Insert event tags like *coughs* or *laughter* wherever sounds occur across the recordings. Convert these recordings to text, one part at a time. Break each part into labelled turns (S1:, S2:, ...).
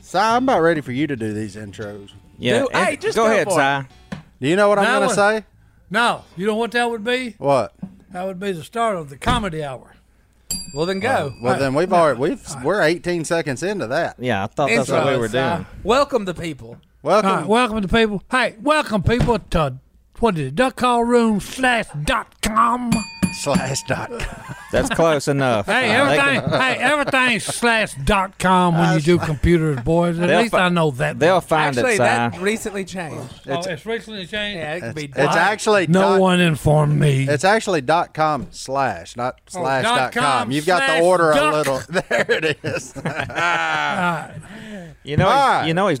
S1: Si, I'm about ready for you to do these intros.
S2: Yeah.
S3: Dude, hey,
S2: and-
S3: just
S2: go,
S3: go
S2: ahead,
S3: for it.
S2: Si.
S1: Do you know what I'm
S3: Now
S1: going to
S3: what?
S1: say?
S4: No, you know what that would be?
S1: What?
S4: That would be the start of the comedy hour.
S3: Well, then go.
S4: Uh,
S1: Well, then we've already we've we're 18 seconds into that.
S2: Yeah, I thought that's what
S3: Intro,
S2: we were
S3: Si.
S2: doing.
S3: Welcome the people.
S1: Welcome.
S4: All right, welcome to people. Hey, welcome people to what is it? Duck Call Room slash dot com.
S1: slash dot.
S2: That's close enough.
S4: Hey,
S2: Uh, they can-
S4: everything. hey, everything slash dot com when you do computers, boys. At
S2: They'll
S4: least
S2: fi-
S4: I know that.
S2: They'll find
S3: Actually,
S2: it, Si.
S3: that recently changed.
S4: oh, it's recently changed.
S3: Yeah, it could
S1: It's,
S3: be
S1: it's
S3: done.
S1: actually
S4: no
S1: dot,
S4: one informed me.
S1: It's actually dot com slash, not slash
S4: Oh, dot
S1: dot com.
S4: com
S1: You've got
S4: slash
S1: the order
S4: duck.
S1: a little. *laughs* There it
S4: *laughs*
S1: is.
S2: You know,
S1: All right.
S2: he's, you know he's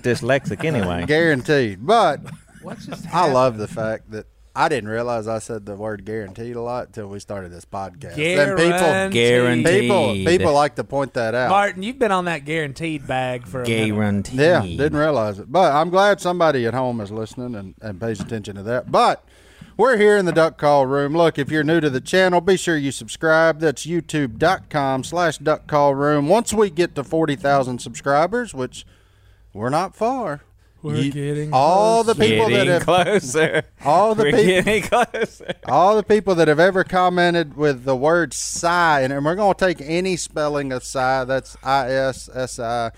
S1: *laughs*
S2: dyslexic anyway.
S1: Guaranteed. But
S3: What's just
S1: I love the fact that I didn't realize I said the word guaranteed a lot until we started this podcast. And
S3: Guaranteed.
S1: people, people,
S2: Guaranteed.
S1: people like to point that out.
S3: Martin, you've been on that guaranteed bag for a minute.
S2: Guaranteed.
S1: Yeah, didn't realize it. But I'm glad somebody at home is listening and, and pays attention to that. But we're here in the duck call room. Look, if you're new to the channel, be sure you subscribe. That's youtube.com slash duck call room. Once we get to 40,000 subscribers, which we're not far.
S4: We're getting
S1: all the people that
S2: Getting
S1: have
S2: closer.
S1: all the
S2: We're
S1: people
S2: getting closer.
S1: all the people that have ever commented with the word "sigh," and, and we're going to take any spelling of "sigh." That's I S S I.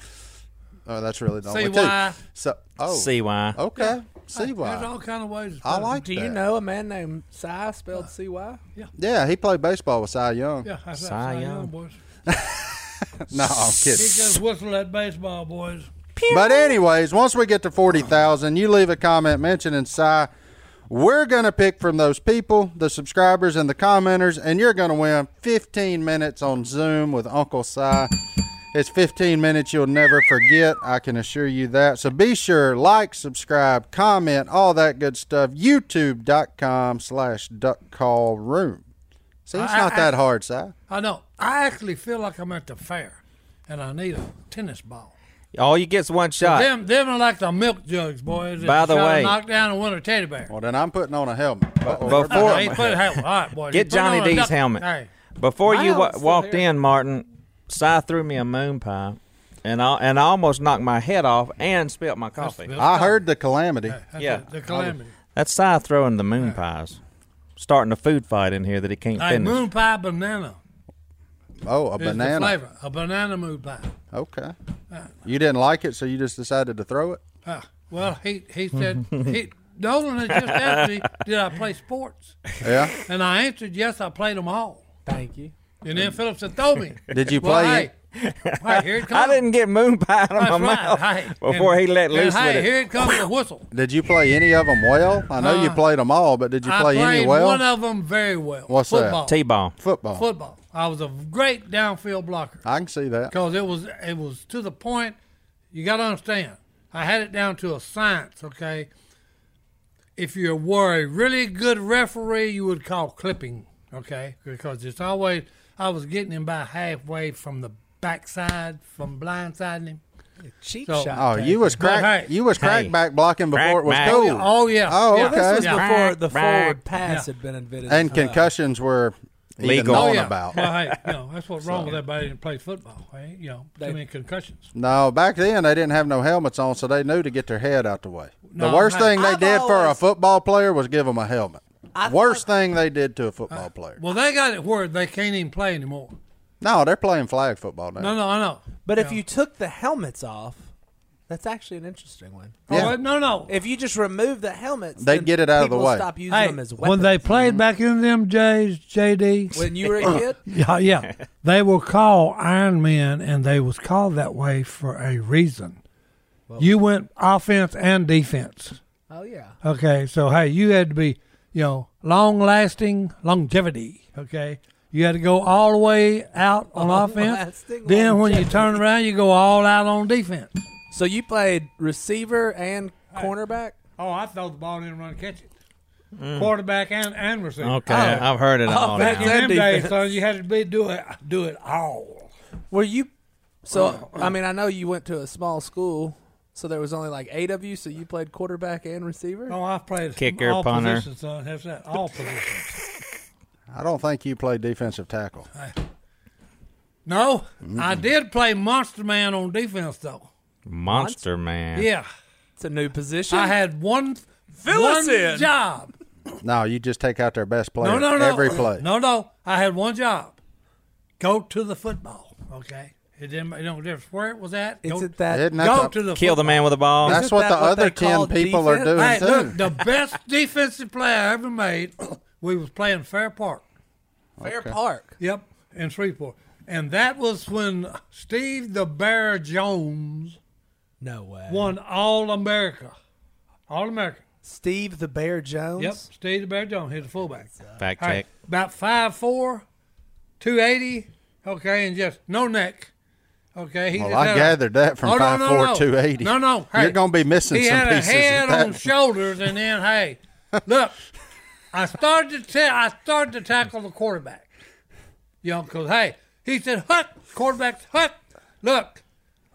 S1: Oh, that's really the only two.
S4: CY.
S1: So, oh,
S2: See why?
S1: okay, C
S4: There's
S1: Y.
S4: all kind of ways. to
S1: I
S4: put it.
S1: like
S3: Do
S1: that.
S3: you know a man named Cy spelled C Y?
S1: Yeah, he played baseball with Cy Young.
S4: Yeah, that's
S2: Cy
S4: Cy
S2: Young.
S4: Young, boys.
S1: No, I'm
S4: He
S1: kidding.
S4: just whistled at baseball, boys.
S1: But anyways, once we get to forty thousand, you leave a comment mentioning Psy. We're gonna pick from those people, the subscribers and the commenters, and you're gonna win fifteen minutes on Zoom with Uncle Psy. It's fifteen minutes you'll never forget. I can assure you that. So be sure like, subscribe, comment, all that good stuff. YouTube.com slash duck call room. See, it's
S4: I-
S1: not
S4: I-
S1: that hard, Psy.
S4: I know. I actually feel like I'm at the fair, and I need a tennis ball.
S2: All you get's one shot.
S4: Them, them are like the milk jugs, boys. that
S2: By the
S4: shot a
S2: way-
S4: knockdown and win a teddy bear.
S1: Well, then I'm putting on a helmet.
S2: Before-
S4: Hey, put it, hey, all right, boys.
S2: Get
S4: Put it on
S2: Johnny
S4: a
S2: D's
S4: duck-
S2: helmet.
S4: Hey,
S2: Before you
S3: Wow,
S2: wa-
S3: it's still
S2: walked
S3: there.
S2: in, Martin, Si threw me a moon pie, and I and I almost knocked my head off and spilt my coffee.
S4: Bill.
S1: I heard the calamity.
S4: that's
S2: Yeah.
S4: the, the calamity.
S2: That's Si throwing the moon pies, starting a food fight in here that he can't
S4: Hey,
S2: finish.
S4: moon pie banana.
S1: Oh, a
S4: Is
S1: banana.
S4: The flavor. A banana moon pie.
S1: Okay. You didn't like it, so you just decided to throw it?
S4: Ah, well, he he said he. Nolan had just asked me, "Did I play sports?" *laughs*
S1: Yeah.
S4: And I answered, "Yes, I played them all."
S3: Thank you.
S4: And then Phillips said, "Throw me."
S1: Did you
S4: Well,
S1: play
S4: hey,
S1: it?
S4: hey, here it
S2: *laughs*
S4: comes.
S2: I didn't get moon pie out of
S4: Oh. That's
S2: my
S4: right.
S2: mouth
S4: Hey,
S2: *laughs* before
S4: and-
S2: he let
S4: and
S2: loose
S4: hey,
S2: with it.
S4: here it comes the whistle.
S1: Did you play any of them well? I know you
S4: Uh,
S1: played them all, but did you
S4: I
S1: play
S4: played
S1: any well?
S4: one of them very well.
S1: What's that?
S4: football.
S2: T-ball.
S1: Football.
S4: Football. I was a great downfield blocker
S1: I can see that.
S4: because it was it was to the point. You got to understand. I had it down to a science. Okay. If you were a really good referee, you would call clipping. Okay, because it's always I was getting him by halfway from the backside, from blindsiding him.
S3: Cheap
S4: So-
S3: shot.
S1: Oh, you was
S4: But
S1: crack.
S4: hey.
S1: you was crack
S2: Hey.
S1: back blocking before
S2: Crack
S1: it was
S2: back.
S1: cool.
S4: Oh yeah.
S1: Oh,
S4: yeah.
S1: okay.
S3: This was
S2: Back,
S3: before the
S2: back.
S3: forward pass had been invented.
S1: And
S3: Uh,
S1: concussions were even
S2: Legal.
S1: known
S4: Oh, yeah.
S1: about.
S4: Well, hey, you know, that's what's wrong with everybody that plays football. Right? You know, too
S3: They-
S4: many concussions.
S1: No, back then they didn't have no helmets on, so they knew to get their head out the way. the
S4: No,
S1: worst
S4: hey.
S1: thing they
S3: I've
S1: did for a
S3: always-
S1: football player was give them a helmet.
S3: I
S1: worst thing they did to a football player.
S4: Uh, Well, they got it where they can't even play anymore.
S1: No, they're playing flag football now.
S4: No, no, I know.
S3: But if you took the helmets off, that's actually an interesting one.
S1: Yeah.
S4: Oh, no, no.
S3: If you just remove the helmets,
S1: They'd
S3: then
S1: get it out of the
S3: people
S1: way.
S3: Stop using
S4: Hey,
S3: them as weapons.
S4: when they
S1: Mm-hmm.
S4: played back in them J's, JD,
S3: when you were a kid,
S4: *laughs* yeah,
S3: *laughs*
S4: yeah, they were called Iron Men, and they was called that way for a reason. You went offense and defense.
S3: oh yeah,
S4: Okay, so hey, you had to be, you know, long lasting longevity. Okay, you had to go all the way out
S2: *laughs*
S4: on offense.
S3: Long-lasting
S4: Then when you turn around, you go all out on defense.
S3: so you played receiver and cornerback.
S4: Oh, I throw the ball in and run and catch it. Quarterback and and receiver.
S2: Mm.
S4: Oh,
S2: Okay, I've heard it all.
S3: back
S2: now.
S3: then. And defense.
S4: son, you had to be do it do it all.
S3: Were you? So
S1: Oh.
S3: I mean, I know you went to a small school, so there was only like eight of you. So you played quarterback and receiver.
S4: Oh, I've played
S2: Kicker,
S4: all
S2: punter.
S4: positions, son. That's that all positions.
S1: I don't think you played defensive tackle.
S4: No, I did play Monster Man on defense though.
S2: Monster Man.
S4: Yeah,
S3: It's a new position.
S4: I had one
S3: Fill us
S4: one
S3: in.
S4: job.
S1: No, you just take out their best player
S4: No, no, no.
S1: every play.
S4: No, no. I had one job: go to the football. Okay, it didn't make no difference where it was at.
S3: it's
S4: go
S3: at that.
S1: Isn't that
S4: go
S1: the-
S4: to the
S2: Kill the man with a ball.
S1: That's
S3: Isn't
S1: what
S3: that
S1: the
S3: what
S1: other
S3: they call
S1: ten people are doing
S3: defense?
S4: Hey,
S1: too.
S4: look, the best defensive player I ever made, *clears throat* we was playing Fair Park.
S3: Fair Park.
S4: Yep, in Shreveport. And that was when Steve the Bear Jones
S3: No way.
S4: won All America. All America.
S3: Steve the Bear Jones.
S4: Yep, Steve the Bear Jones. He's a fullback.
S2: Fact
S4: All
S2: check.
S4: right, About 5'4, 280. Okay, and just no neck. Okay, he
S1: Well,
S4: just
S1: I
S4: had a-
S1: gathered that from
S4: Oh, no, no,
S1: 5'4",
S4: no.
S1: 280.
S4: No, no, hey.
S1: You're gonna be missing
S4: he
S1: some
S4: had
S1: pieces
S4: a head
S1: of that.
S4: on shoulders, and then hey, look, I started to ta- I started to tackle the quarterback, you know, because hey, he said hut quarterback hut. Look,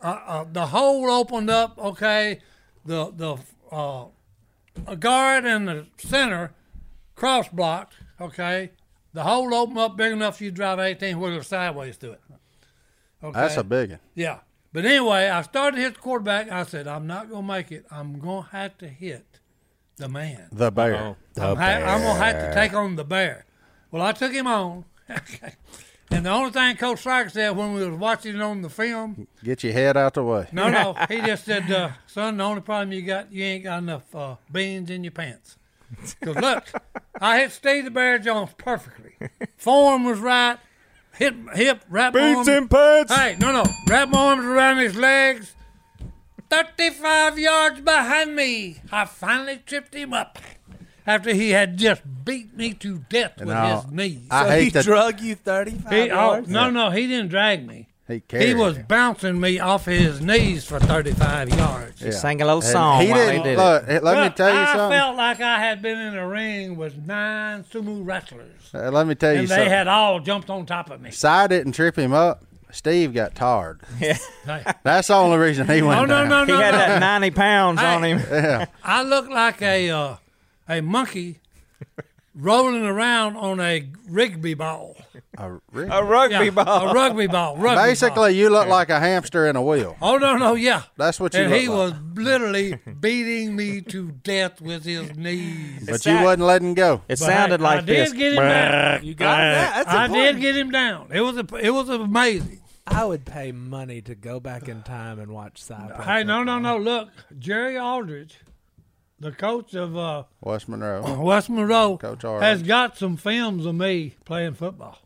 S4: uh, uh, the hole opened up. Okay, the the uh, a guard and the center cross blocked. Okay, the hole opened up big enough you drive eighteen wheeler sideways to it. Okay,
S1: That's a big one.
S4: yeah. But anyway, I started to hit the quarterback. I said, I'm not going to make it. I'm going to have to hit the man.
S1: The bear.
S4: I'm, ha- I'm going to have to take on the bear. Well, I took him on. *laughs* Okay. And the only thing Coach Stryker said when we was watching it on the film,
S1: Get your head out the way.
S4: no, no, he just said, uh, son, the only problem you got, you ain't got enough uh, beans in your pants. Because look, I hit Steve the Bear Jones perfectly. Form was right. Hip, hip, right
S2: Beats
S4: arm-
S2: and pants.
S4: Hey, no, no. Wrap my arms around his legs. 35 yards behind me, I finally tripped him up after he had just beat me to death with
S1: No,
S4: his knees.
S1: I
S3: So he
S1: hate that
S3: drug you 35
S4: he, oh,
S3: yards?
S4: no, no, he didn't drag me.
S1: he carried.
S4: He was
S1: it.
S4: bouncing me off his knees for 35 yards.
S1: Yeah.
S2: Sang a little
S1: And
S2: song
S1: He
S2: while he
S1: didn't
S2: did it.
S1: look. Let me
S4: Look,
S1: tell you
S4: I
S1: something.
S4: felt like I had been in a ring with nine sumo wrestlers,
S1: Uh, let me tell you
S4: and they
S1: something.
S4: had all jumped on top of me.
S1: Si didn't trip him up. Steve got tired.
S4: *laughs* Hey.
S1: That's the only reason he went
S4: Oh, no,
S1: down.
S4: no, no,
S2: He
S4: no.
S2: had
S4: *laughs*
S2: that 90 pounds
S4: Hey.
S2: on him.
S1: Yeah.
S4: I look like a uh, a monkey rolling around on a rugby ball.
S1: A rig-
S2: A rugby
S4: Yeah,
S2: ball.
S4: A rugby ball. Rugby ball.
S1: Basically, you look like a hamster in a wheel.
S4: Oh no no yeah.
S1: That's what you
S4: And
S1: look
S4: he
S1: like.
S4: was literally beating me to death with his knees.
S1: But
S2: It's
S1: you
S2: that-
S1: wasn't letting go.
S2: It
S4: But
S2: sounded
S4: hey,
S2: like
S4: I
S2: this.
S4: did get him down.
S3: You got that? That's
S4: Uh, I
S3: important.
S4: did get him down. It was a, it was amazing.
S3: I would pay money to go back in time and watch Cypher.
S4: Hey no no no look Jerry Aldridge, the coach of uh,
S1: West Monroe.
S4: West Monroe,
S1: Coach Aldridge.
S4: has got some films of me playing football.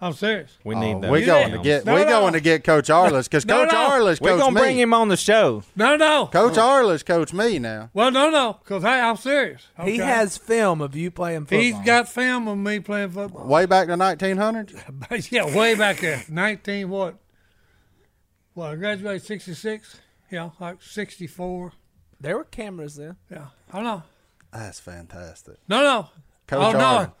S4: I'm serious.
S2: We
S1: Oh,
S2: need that.
S1: we going to get
S4: No,
S1: we
S4: no.
S1: going to get Coach Arliss because
S4: No,
S1: Coach
S4: no.
S1: Arliss
S2: We're
S1: coached
S2: gonna
S1: me.
S2: bring him on the show.
S4: No no.
S1: Coach Arliss coached me now.
S4: Well, no, no, because hey, I'm serious.
S3: He
S4: okay?
S3: has film of you playing football.
S4: He's got film of me playing football. *laughs*
S1: Way back to 1900.
S4: yeah, way back there, 19 what? Well, I graduated 66. Yeah, like 64.
S3: There were cameras then.
S4: Yeah, I know.
S1: That's fantastic.
S4: No, no.
S1: Coach
S4: oh,
S1: Arledge.
S4: no.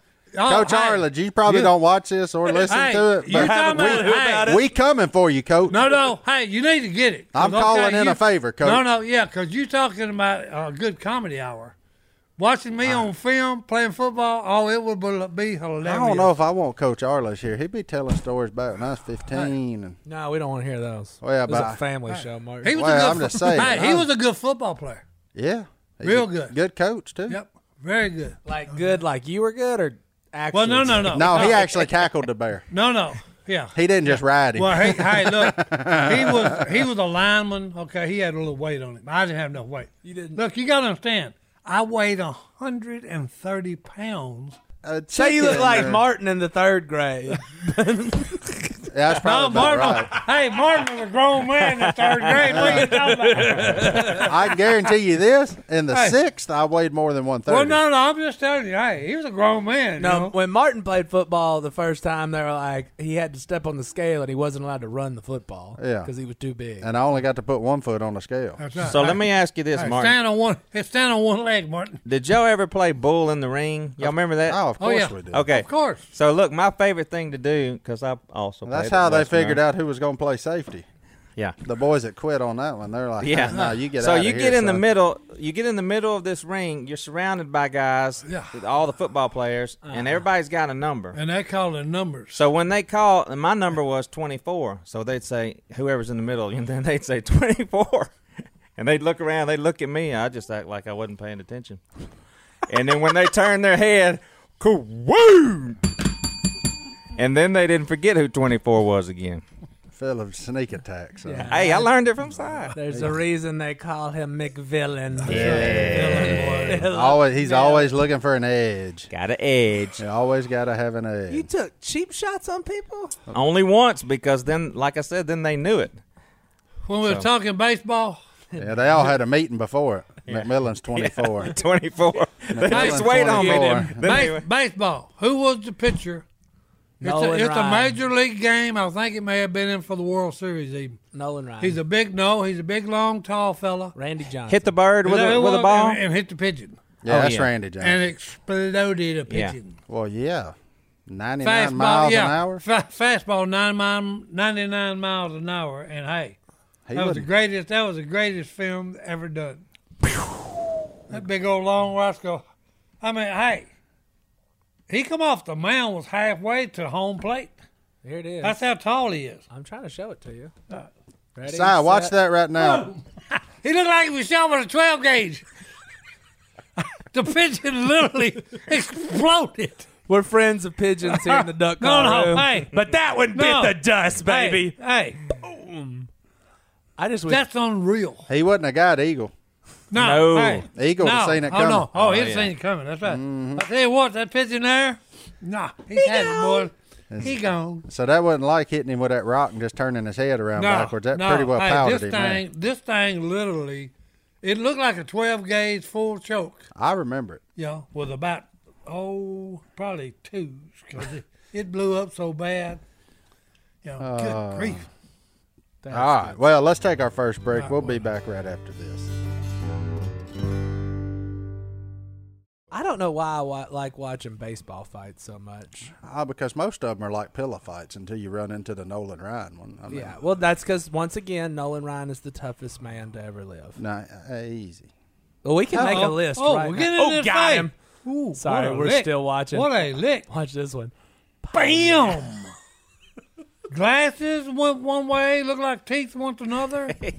S4: Oh,
S1: Coach
S4: hey,
S1: Arledge, you probably
S4: you-
S1: don't watch this or listen
S4: hey,
S1: to it,
S4: you
S1: but
S4: talking
S1: we,
S4: about- hey,
S1: we coming for you, Coach.
S4: No, no. Hey, you need to get it. 'Cause,
S1: I'm calling in
S4: you-
S1: a favor, Coach.
S4: No, no. Yeah, because you're talking about a good comedy hour. Watching me on film playing football, oh, it would be hilarious.
S1: I don't know if I want Coach Arliss here. He'd be telling stories back when I was 15 and
S3: No, we don't want to hear those.
S1: Well, Oh, yeah,
S3: it was
S1: but I-
S3: a family show, Mark.
S4: He was
S1: Well,
S4: a good
S1: I'm
S4: fo-
S1: just saying,
S4: Hey, he
S1: I'm-
S4: was a good football player.
S1: yeah, He's
S4: Real
S1: a
S4: good.
S1: good coach too.
S4: Yep, very good.
S3: like good, like you were good, or actually?
S4: Well, no, no, no,
S1: No,
S4: *laughs*
S1: he actually tackled the bear.
S4: no, no. Yeah.
S1: He didn't just ride him.
S4: Well, hey, hey, look, he was he was a lineman. Okay, he had a little weight on him. I didn't have no weight.
S3: You didn't.
S4: Look, you gotta understand. I weighed hundred and thirty pounds.
S1: A
S3: Say you look
S1: chicken
S3: like
S1: or-
S3: Martin in the third grade.
S1: Yeah, that's
S4: No,
S1: probably
S4: Martin.
S1: about right.
S4: Hey, Martin was a grown man in the third grade. What you talking about?
S1: I can guarantee you this. In the
S4: Hey.
S1: sixth, I weighed more than one *laughs* thirty.
S4: Well, no, no. I'm just telling you. Hey, he was a grown man. you
S3: no,
S4: know?
S3: when Martin played football the first time, they were like he had to step on the scale and he wasn't allowed to run the football.
S1: Yeah.
S3: because he was too big.
S1: and I only got to put one foot on the scale.
S4: That's right.
S2: So
S4: Hey,
S2: let me ask you this,
S4: hey,
S2: Martin.
S4: Stand on one. hey, Stand on one leg, Martin.
S2: Did y'all ever play Bull in the Ring? Y'all remember that?
S1: Oh, of
S4: Oh,
S1: course
S4: yeah.
S1: we did.
S2: okay.
S4: Of course.
S2: So look, my favorite thing to do because I also
S1: That's
S2: played at
S1: how they
S2: Western
S1: figured
S2: Ireland.
S1: out who was going to play safety.
S2: Yeah.
S1: The boys that quit on that one, they're like,
S2: Yeah.
S1: no, you get
S2: so
S1: outta
S2: you
S1: here,
S2: get in the
S1: son."
S2: middle. You get in the middle of this ring. You're surrounded by guys,
S4: Yeah. Uh-huh.
S2: with all the football players, and everybody's got a number.
S4: and they call it numbers.
S2: So when they call, and my number was 24. So they'd say, whoever's in the middle, *laughs* and then they'd say 24. *laughs* And they'd look around, they'd look at me, I just act like I wasn't paying attention. And then when they turned their head, woo! And then they didn't forget who 24 was again.
S1: Full of sneak attacks. so.
S3: Yeah.
S2: Hey, I learned it from side.
S3: There's a reason they call him McVillain.
S4: Yeah.
S3: Villain.
S1: Always, he's always looking for an edge.
S2: Got an edge.
S1: You always got to have an edge.
S3: You took cheap shots on people?
S2: Only once because then, like I said, then they knew it. *laughs*
S4: When we were talking baseball,
S1: yeah, they all had a meeting before it. *laughs* McMillan's 24.
S2: 24. *laughs* They
S1: Nice.
S2: just wait on me.
S1: 24.
S2: Then,
S4: base-
S2: they were-
S4: baseball. Who was the pitcher? it's a,
S3: Nolan
S4: it's a
S3: Ryan.
S4: major league game. I think it may have been in for the World Series. Even
S3: Nolan Ryan.
S4: he's a big no. He's a big, long, tall fella.
S3: Randy Johnson.
S2: hit the bird with
S4: Is that
S2: a,
S4: who
S2: with a
S4: was?
S2: ball.
S4: and, and hit the pigeon
S1: Yeah,
S2: Oh,
S1: that's
S2: yeah.
S1: Randy Johnson.
S4: and exploded a
S2: Yeah.
S4: pigeon.
S1: well, yeah. 99
S4: Fastball,
S1: miles
S4: yeah,
S1: an hour.
S4: fa- fastball, nine mile, ninety-nine miles an hour, and hey,
S1: He
S4: that was the
S1: wouldn't-
S4: greatest. That was the greatest film ever done. that big old long Roscoe. I mean, hey, he come off the mound was halfway to home plate.
S3: Here it is.
S4: That's how tall he is.
S3: I'm trying to show it to you. Ready,
S1: Si, watch
S3: set.
S1: that right now.
S4: He looked like he was shot with a twelve gauge. *laughs* the pigeon literally *laughs* exploded.
S3: We're friends of pigeons here in the duck
S4: No, no,
S3: call room.
S4: hey.
S3: But that one bit
S4: No.
S3: the dust,
S4: Hey,
S3: baby.
S4: hey,
S3: I just wish
S4: that's unreal.
S1: He wasn't a guy at Eagle.
S4: No,
S2: No.
S4: hey.
S1: Eagle
S4: no.
S1: had seen it
S4: Oh,
S1: coming. Mm-hmm.
S4: no. Oh, he'd
S2: yeah.
S4: seen it coming. That's right. I tell you what, that pigeon there, nah, he's had it, boy. He gone.
S1: So that wasn't like hitting him with that rock and just turning his head around
S4: No,
S1: backwards. That
S4: no.
S1: pretty well
S4: hey,
S1: powdered
S4: this
S1: him. man.
S4: Thing, this thing literally, it looked like a 12 gauge full choke,
S1: I remember it.
S4: you know, with about, oh, probably twos, because it, *laughs* it blew up so bad. You know,
S1: Uh,
S4: good grief.
S1: All right. Well, let's take our first break. We'll be back right after this.
S3: I don't know why I wa- like watching baseball fights so much.
S1: Ah, because most of them are like pillow fights until you run into the Nolan Ryan one. I mean,
S3: Yeah, well, that's because once again, Nolan Ryan is the toughest man to ever live.
S1: nah, eh, easy.
S3: Well, we can make a
S4: Uh-oh.
S3: list.
S4: Oh,
S3: right
S4: we're
S3: now.
S4: getting
S3: oh,
S4: in this
S3: got
S4: fight.
S3: him!
S4: Ooh,
S3: Sorry,
S4: what a
S3: we're
S4: lick.
S3: still watching.
S4: What a lick.
S3: Watch this one.
S4: Bam! Glasses went one way, looked like teeth
S1: *laughs*
S4: went another.
S3: Look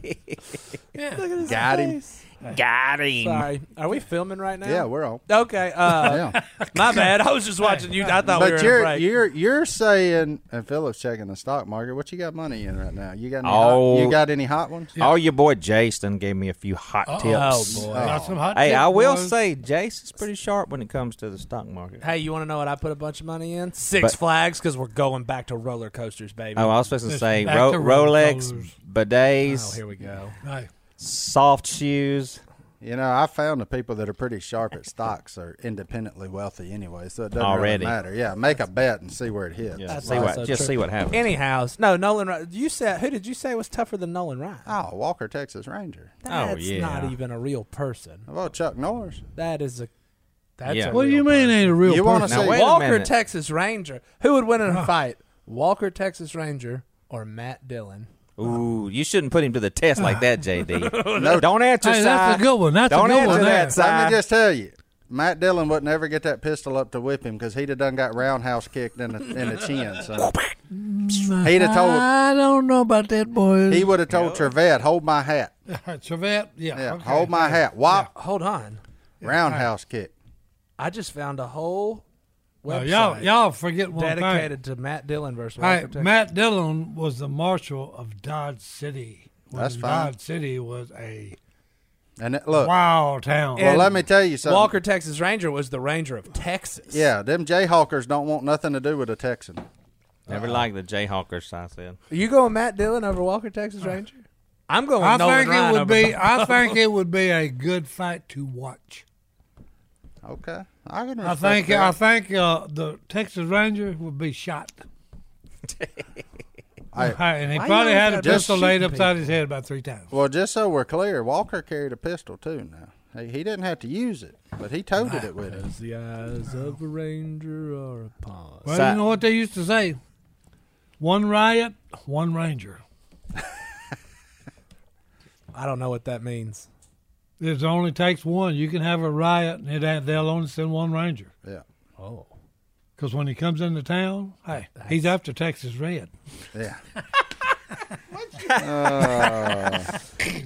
S3: at his
S1: Got him.
S3: face.
S2: Got him.
S3: Sorry, are we filming right now?
S1: Yeah, we're on.
S3: Okay. Uh,
S1: *laughs* Yeah.
S3: my bad.
S4: *laughs*
S3: I was just watching you. I thought we were
S1: but
S3: in a
S1: you're
S3: break.
S1: you're you're saying, and Philip's checking the stock market. What you got money in right now? You got any
S2: Oh.
S1: hot, you got any hot ones?
S2: Oh, your boy Jason gave me a few hot
S3: oh
S2: tips.
S3: boy.
S4: Got some hot
S2: Hey,
S4: tips,
S2: I will
S4: boys.
S2: say Jason's pretty sharp when it comes to the stock market.
S3: Hey, you want to know what I put a bunch of money in? Six
S2: But-
S3: Flags, because we're going back to roller coasters, baby.
S2: Oh, I was supposed to
S4: Just
S2: say
S4: back
S2: Ro-
S4: to
S2: Rolex,
S4: Rolex.
S3: Oh,
S2: bidets,
S3: here we go.
S4: Hey,
S2: soft shoes.
S1: You know, I found the people that are pretty sharp at stocks are independently wealthy anyway, so it doesn't
S2: Already.
S1: really matter. Yeah, make a bet and see where it hits.
S2: Yeah,
S3: That's
S2: see what,
S3: also
S2: just
S3: true.
S2: see what happens.
S3: Anyhow, no, Nolan. Ry- You said who did you say was tougher than Nolan Ryan?
S1: Oh, Walker, Texas Ranger.
S3: That's
S2: yeah.
S3: not even a real person.
S1: Well, Chuck Norris.
S3: That is a. That's
S2: Yeah.
S3: a
S4: What do
S3: real
S4: you mean
S3: person.
S4: ain't a real
S1: You wanna
S4: person?
S2: Now,
S1: see-
S2: wait a
S3: Walker
S2: minute.
S3: Texas Ranger? Who would win in a fight? Walker Texas Ranger or Matt Dillon?
S2: Ooh, you shouldn't put him to the test like that, JD. Don't answer,
S4: Hey, that's
S2: Si.
S4: a good one. That's
S2: Don't
S4: a good
S2: answer
S4: one.
S2: that,
S4: there.
S2: Si.
S1: Let me just tell you, Matt Dillon wouldn't ever get that pistol up to whip him because he'd have done got roundhouse kicked in the, in the chin. So he'd have told
S4: I don't know about that, boys.
S1: he would have told Trevette, hold my hat.
S4: Chevette, yeah.
S1: Yeah,
S4: okay.
S1: hold my hat. Wop,
S3: Hold on,
S1: roundhouse kick.
S3: I just found a whole
S4: Now,
S3: website
S4: y'all, y'all forget one thing.
S3: dedicated to Matt Dillon versus
S4: All
S3: Walker
S4: right,
S3: Texas.
S4: Matt Dillon was the marshal of Dodge City. when
S1: That's fine.
S4: Dodge City was a
S1: And it, look,
S4: wild town.
S1: well,
S3: And
S1: let me tell you something.
S3: Walker Texas Ranger was the Ranger of Texas.
S1: Yeah, them Jayhawkers don't want nothing to do with a Texan.
S2: Never like the Jayhawkers, I said.
S3: Are you going Matt Dillon over Walker Texas Ranger? I'm going.
S4: I
S3: Nolan
S4: think it
S3: Ryan
S4: would
S3: over-
S4: be. I think it would be a good fight to watch.
S1: Okay, I can.
S4: I
S1: Respect
S4: think.
S1: that.
S4: I think uh, the Texas Ranger would be shot.
S1: Hey,
S4: Hey, and he
S3: Why
S4: probably
S3: you
S4: had a
S3: always gotta be
S4: pistol laid
S3: shooting
S4: upside his head about three times.
S1: *laughs* Well, just so we're clear, Walker carried a pistol too. Now he, he didn't have to use it, but he toted it
S3: *laughs*
S1: with him.
S3: As the eyes of a ranger are upon. us.
S4: Well,
S2: So-
S4: you know what they used to say: one riot, one ranger.
S3: I don't know what that means.
S4: It only takes one. You can have a riot, and it, ain't- they'll only send one ranger.
S1: Yeah.
S3: Oh,
S4: Because when he comes into town, hey, he's after Texas Red.
S1: Yeah.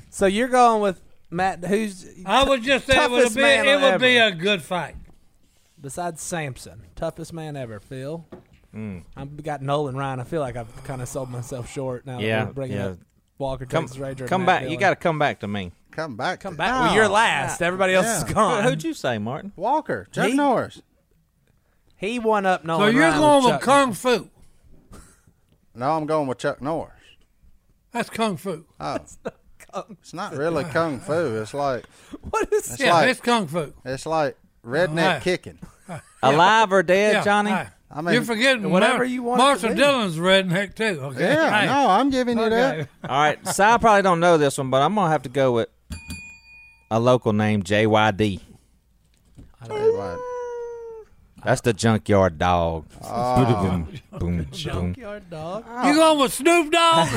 S3: so you're going with Matt? Who's
S4: I was just saying it would
S3: Toughest
S4: be
S3: man
S4: it would be
S3: ever.
S4: a good fight.
S3: besides Samson, toughest man ever? Phil.
S2: Mm.
S3: I've got Nolan Ryan. I feel like I've kind of sold myself short now.
S2: Yeah,
S3: that we're bringing
S2: yeah.
S3: up Walker
S2: Come,
S3: Texas Ranger. and
S2: come
S3: Matt
S2: back. You
S3: Dillon.
S2: got to come back to me.
S1: Come back.
S3: come
S1: to-
S3: back.
S1: No.
S3: Well, you're last. Everybody else
S1: Yeah.
S3: is gone.
S2: Who'd you say, *laughs* Martin?
S1: Walker, Chuck
S3: He-
S1: Norris.
S3: He won up
S4: So
S3: Nolan.
S4: you're
S3: Ryan
S4: going with
S3: Chuck.
S4: kung fu.
S1: No, I'm going with Chuck Norris.
S4: That's kung fu.
S1: It's not
S3: *laughs*
S1: really kung fu. It's like
S3: What is
S1: it's
S4: yeah,
S1: like
S4: it's kung fu.
S1: it's like redneck
S4: Alright.
S3: *laughs*
S1: kicking.
S2: Alive or dead,
S4: Yeah,
S2: Johnny?
S4: hey,
S1: I mean-
S4: you're forgetting
S3: Whatever
S4: Mar-
S3: you want it
S4: Marshall
S3: to be.
S4: Dillon's redneck too. Okay,
S1: Yeah,
S4: Hey,
S1: no, I'm giving you that.
S4: okay.
S2: *laughs* All right, Si probably don't know this one, but I'm gonna have to go with a local name, JYD.
S1: Anyway,
S2: That's the junkyard dog.
S4: Ah.
S2: Boom, boom, boom.
S3: Junkyard dog.
S4: You going with
S1: *laughs*
S4: Snoop Dogg?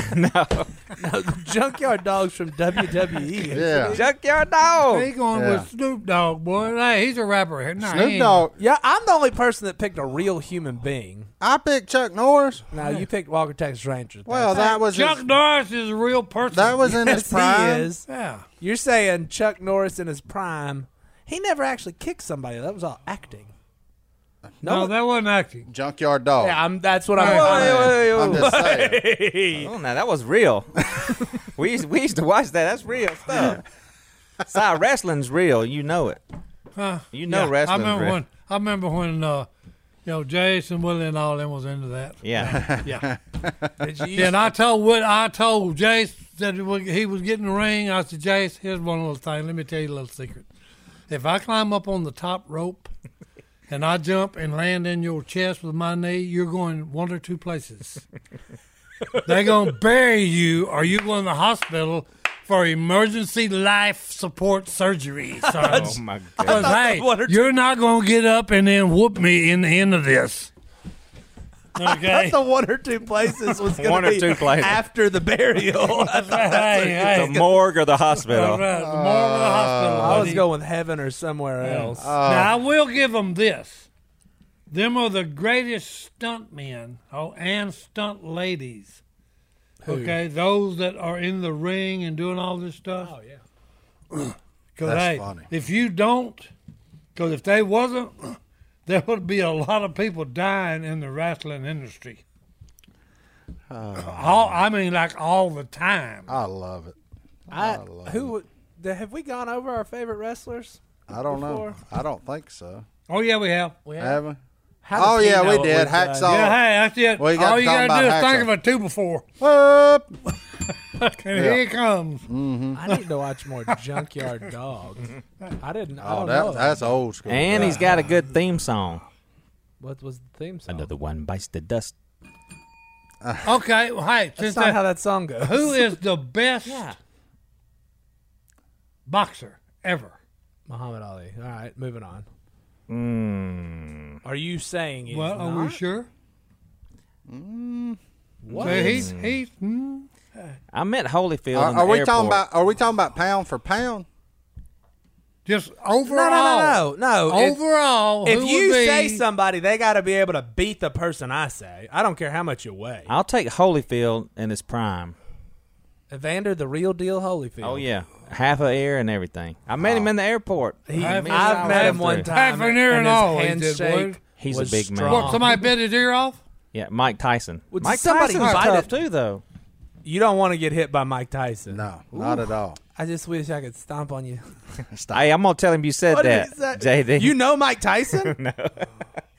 S3: *laughs* Junkyard dogs from E. WWE.
S1: Yeah.
S2: Junkyard dog.
S4: he going
S1: Yeah.
S4: with Snoop Dogg, boy. Hey, he's a rapper. here. No, he
S1: Snoop
S4: ain't.
S1: Dogg.
S3: Yeah, I'm the only person that picked a real human being.
S1: I picked Chuck Norris.
S3: Now you picked Walker Texas Ranger.
S1: Well, that was
S4: Chuck
S1: his,
S4: Norris is a real person.
S1: that was in his
S3: *laughs* yes,
S1: prime.
S3: he is.
S4: yeah.
S3: You're saying Chuck Norris in his prime? He never actually kicked somebody. That was all acting.
S4: No,
S3: No,
S4: that wasn't acting.
S1: Junkyard dog.
S3: yeah, I'm, that's what I'm.
S1: I'm
S3: *laughs*
S1: just saying.
S2: Oh, now that was
S4: *laughs*
S2: real. we used, we used to watch that. That's real stuff. Si, wrestling's real. You know it.
S4: Huh?
S2: You know
S4: Yeah, I
S2: wrestling's
S4: remember
S2: real.
S4: when I remember when uh, you know Jason Willie and all them was into that. *laughs*
S2: Yeah.
S4: Yeah.
S3: Did you
S4: Yeah, and I told what I told Jace that he was- he was getting the ring. I said, Jace, here's one little thing. Let me tell you a little secret. If I climb up on the top *laughs* rope and I jump and land in your chest with my knee, you're going one or two *laughs* places. They're gonna bury you, or you go in the hospital for emergency life support *laughs* surgery. So.
S2: oh my
S4: Because
S2: god.
S4: hey,
S3: One or two-
S4: you're not gonna get up and then whoop me in the end of this. Okay. *laughs*
S3: *laughs* That's the one or two places was going
S2: One
S3: to
S2: or
S3: be
S2: two places.
S3: after the burial.
S4: hey,
S2: The
S4: hey.
S2: morgue or the hospital.
S4: All right, the moral of the hospital.
S3: I was
S4: buddy.
S3: going with heaven or somewhere else.
S4: now I will give them this. Them are the greatest stunt men oh, and stunt ladies. Okay, those that are in the ring and doing all this stuff. Oh yeah. *clears throat* Cause
S1: That's
S4: hey,
S1: funny.
S4: if you don't, because if they wasn't, *clears throat* there would be a lot of people dying in the wrestling industry. all, I mean, like all the time.
S1: I love it.
S3: I, who would- the- have we gone over our favorite wrestlers?
S1: I don't know.
S3: Before.
S1: I don't think so.
S4: oh yeah, we have.
S3: We
S1: Have we?
S3: How
S1: Oh,
S3: does he
S1: yeah, we
S3: know uh, what
S1: did.
S3: we've done?
S1: Hacksaw.
S4: Yeah, hey, that's it.
S1: Well, you gotta
S4: all you
S1: talk
S4: gotta
S1: about
S4: do is think
S1: Hacksaw.
S4: of a two before, *laughs*
S1: Whoop.
S4: and here it comes.
S3: Mm-hmm. I need to watch more Junkyard Dog. I didn't. I
S1: Oh,
S3: don't
S1: that,
S3: know.
S1: that's old school.
S2: And he's got a good theme song.
S3: what was the theme song?
S2: Another one bites the dust.
S4: Okay, well, hey, since
S3: That's not
S4: that-
S3: how that song goes. *laughs*
S4: who is the best boxer ever?
S3: Muhammad Ali. All right, moving on. Are you saying he's
S4: well, are we
S3: not?
S4: sure?
S3: Mm. What?
S4: So he's
S3: Mm.
S4: he's hmm,
S2: I meant Holyfield.
S1: Are,
S2: in the
S1: are we
S2: airport.
S1: talking about? Are we talking about pound for pound?
S4: just
S3: no,
S4: overall.
S3: no, no, no, no.
S4: Oh,
S3: If-
S4: Overall,
S3: If,
S4: who
S3: you
S4: would be,
S3: say somebody, they got to be able to beat the person I say. I don't care how much you weigh.
S2: I'll take Holyfield in his prime.
S3: Evander, the real deal, Holyfield.
S2: Oh yeah, half a ear and everything. I met him in the airport.
S3: He,
S4: I've met
S3: I've,
S4: him
S3: met him
S2: after.
S3: one time.
S4: Half an ear and
S3: his
S4: all he did,
S3: handshake.
S4: Wood.
S2: He's
S3: was
S2: a big man.
S3: strong.
S4: what? Somebody bit his ear off.
S2: Yeah, Mike Tyson.
S3: Well, did
S2: Mike
S3: somebody
S2: Tyson's
S3: bite
S2: tough
S3: it?
S2: too, though.
S3: You don't want to get hit by Mike Tyson.
S1: No, not at *laughs* all.
S3: I just wish I could stomp on you.
S2: Hey, I'm gonna tell him you said
S3: What
S2: that,
S3: is that?
S2: JD.
S3: *laughs* You know
S2: *laughs*
S3: Mike Tyson? no.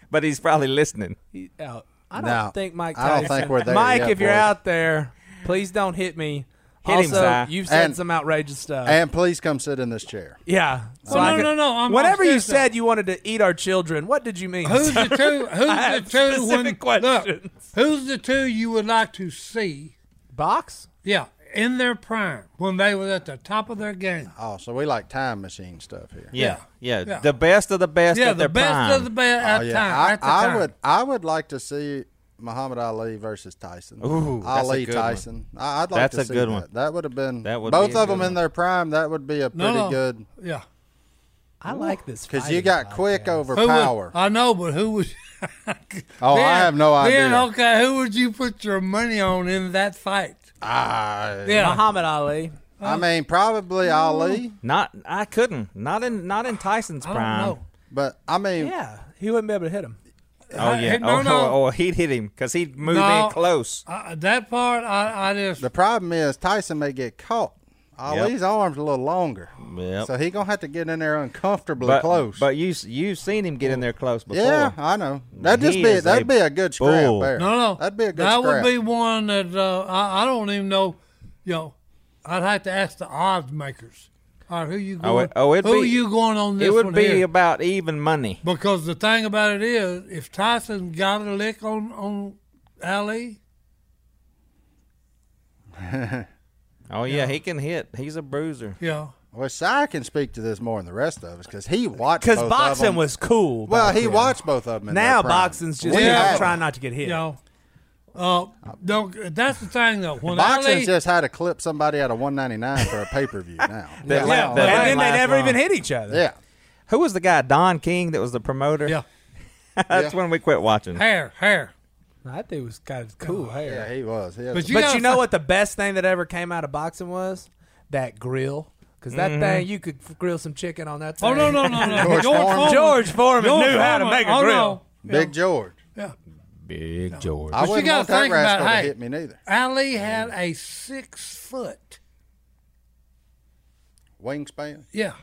S2: but he's probably listening.
S3: I don't
S1: No.
S3: think Mike
S1: I
S3: Tyson.
S1: don't think we're there
S3: Mike,
S1: yet,
S3: if you're
S1: boys.
S3: out there, *laughs* please don't hit me.
S2: Hit him,
S3: also,
S2: Si.
S3: you've said
S1: And-
S3: some outrageous stuff.
S1: And please come sit in this chair.
S3: yeah. So
S4: Well,
S3: I
S4: no,
S3: could-
S4: no, no, I'm-
S3: whenever
S4: I'm
S3: you
S4: serious now.
S3: said you wanted to eat our children, what did you mean? *laughs*
S4: Who's the two?
S3: I
S4: Who's
S3: have
S4: the two? When,
S3: specific
S4: look,
S3: questions.
S4: who's the two you would like to see?
S3: Box?
S4: Yeah, in their prime when they were at the top of their game.
S1: Oh, so we like time machine stuff here.
S2: Yeah, yeah,
S4: Yeah.
S2: the best of the best
S4: Yeah,
S2: of
S4: the
S2: their
S4: best
S2: prime.
S4: of the best
S1: Oh,
S4: at,
S1: yeah.
S4: time,
S1: I,
S4: at the
S1: I
S4: time.
S1: would. I would like to see Muhammad Ali versus Tyson.
S2: Ooh, that's a
S1: Ali
S2: good one.
S1: Tyson. I, I'd like
S2: That's
S1: to
S2: a
S1: see
S2: good
S1: that.
S2: one.
S1: That would have been
S2: That would
S1: both
S2: be a
S1: of them
S2: good
S1: in
S2: one.
S1: their prime. That would be a pretty
S4: no.
S1: good
S4: Yeah.
S3: I like this
S1: because you
S3: fighting
S1: got
S3: podcast.
S1: quick over
S4: Who would-
S1: power.
S4: I know, but who would? *laughs*
S1: Oh, I have no
S4: Then
S1: idea.
S4: okay, who would you put your money on in that fight?
S1: Uh, I,
S4: Yeah,
S3: Muhammad Ali.
S1: I mean, probably Ali,
S2: Not I couldn't. Not in not in Tyson's
S4: I
S2: prime.
S4: don't know.
S1: but I mean,
S3: Yeah, he wouldn't be able to hit him.
S2: Oh
S4: Uh,
S2: yeah.
S4: no,
S2: oh,
S4: no.
S2: oh, oh, he'd hit him because he'd move
S4: No.
S2: in close.
S4: I, that part, I, I just
S1: the problem is Tyson may get caught. Ali's arms a little longer,
S2: Yep.
S1: so he gonna have to get in there uncomfortably
S2: but,
S1: close.
S2: But you s- you've seen him get in there close before.
S1: yeah, I know. That'd just
S2: He
S1: be
S2: is
S1: that'd
S2: a
S1: be a good scrap
S2: bull.
S1: there.
S4: no, no.
S1: that'd be a good
S4: That
S1: scrap.
S4: would be one that uh, I, I don't even know. You know, I'd have to ask the odds makers. All right, who you
S2: Oh,
S4: going?
S2: it- oh, it'd
S4: who
S2: be-
S4: you going on this
S2: It would
S4: one
S2: be
S4: here?
S2: about even money.
S4: Because the thing about it is, if Tyson got a lick on on Ali,
S2: Oh yeah, he can hit. He's a bruiser.
S4: yeah,
S1: Well, Sai can speak to this more than the rest of us because he watched
S3: Because
S1: both of
S3: boxing
S1: them.
S3: was cool.
S1: Well,
S3: back
S1: he
S3: then.
S1: watched both of them. In
S3: Now
S1: their prime.
S3: boxing's just
S1: We
S4: Yeah.
S3: people
S1: haven't.
S3: trying not to get hit.
S4: you know, uh, don't. That's the thing though. When
S1: Boxing's
S4: Ali,
S1: just had to clip somebody out of 199 for a pay per view now.
S2: That
S1: yeah.
S2: la-
S3: and
S2: that la-
S3: then they
S2: last
S3: never
S2: round.
S3: even hit each other.
S1: yeah.
S2: Who was the guy? Don King that was the promoter.
S4: yeah,
S2: *laughs* That's
S1: Yeah.
S2: when we quit watching.
S4: hair, hair.
S3: That dude was got his cool hair.
S1: Yeah, he was. He had
S4: But
S1: some-
S4: you
S3: but
S4: gotta
S3: you know
S4: fi-
S3: what? The best thing that ever came out of boxing was that grill. Because that thing, you could f- grill some chicken on that. Thing.
S4: Mm-hmm. Oh no no no no!
S1: George Foreman.
S3: George Foreman
S4: George
S3: knew how to
S4: Foreman.
S3: make a
S4: oh,
S3: grill.
S4: No.
S1: Big George.
S2: Big George.
S1: I
S4: you
S1: wouldn't
S4: gotta
S1: want that
S4: think about,
S1: rascal
S4: hey,
S1: to hit me neither.
S4: Ali had a six foot.
S1: Wingspan.
S4: Yeah,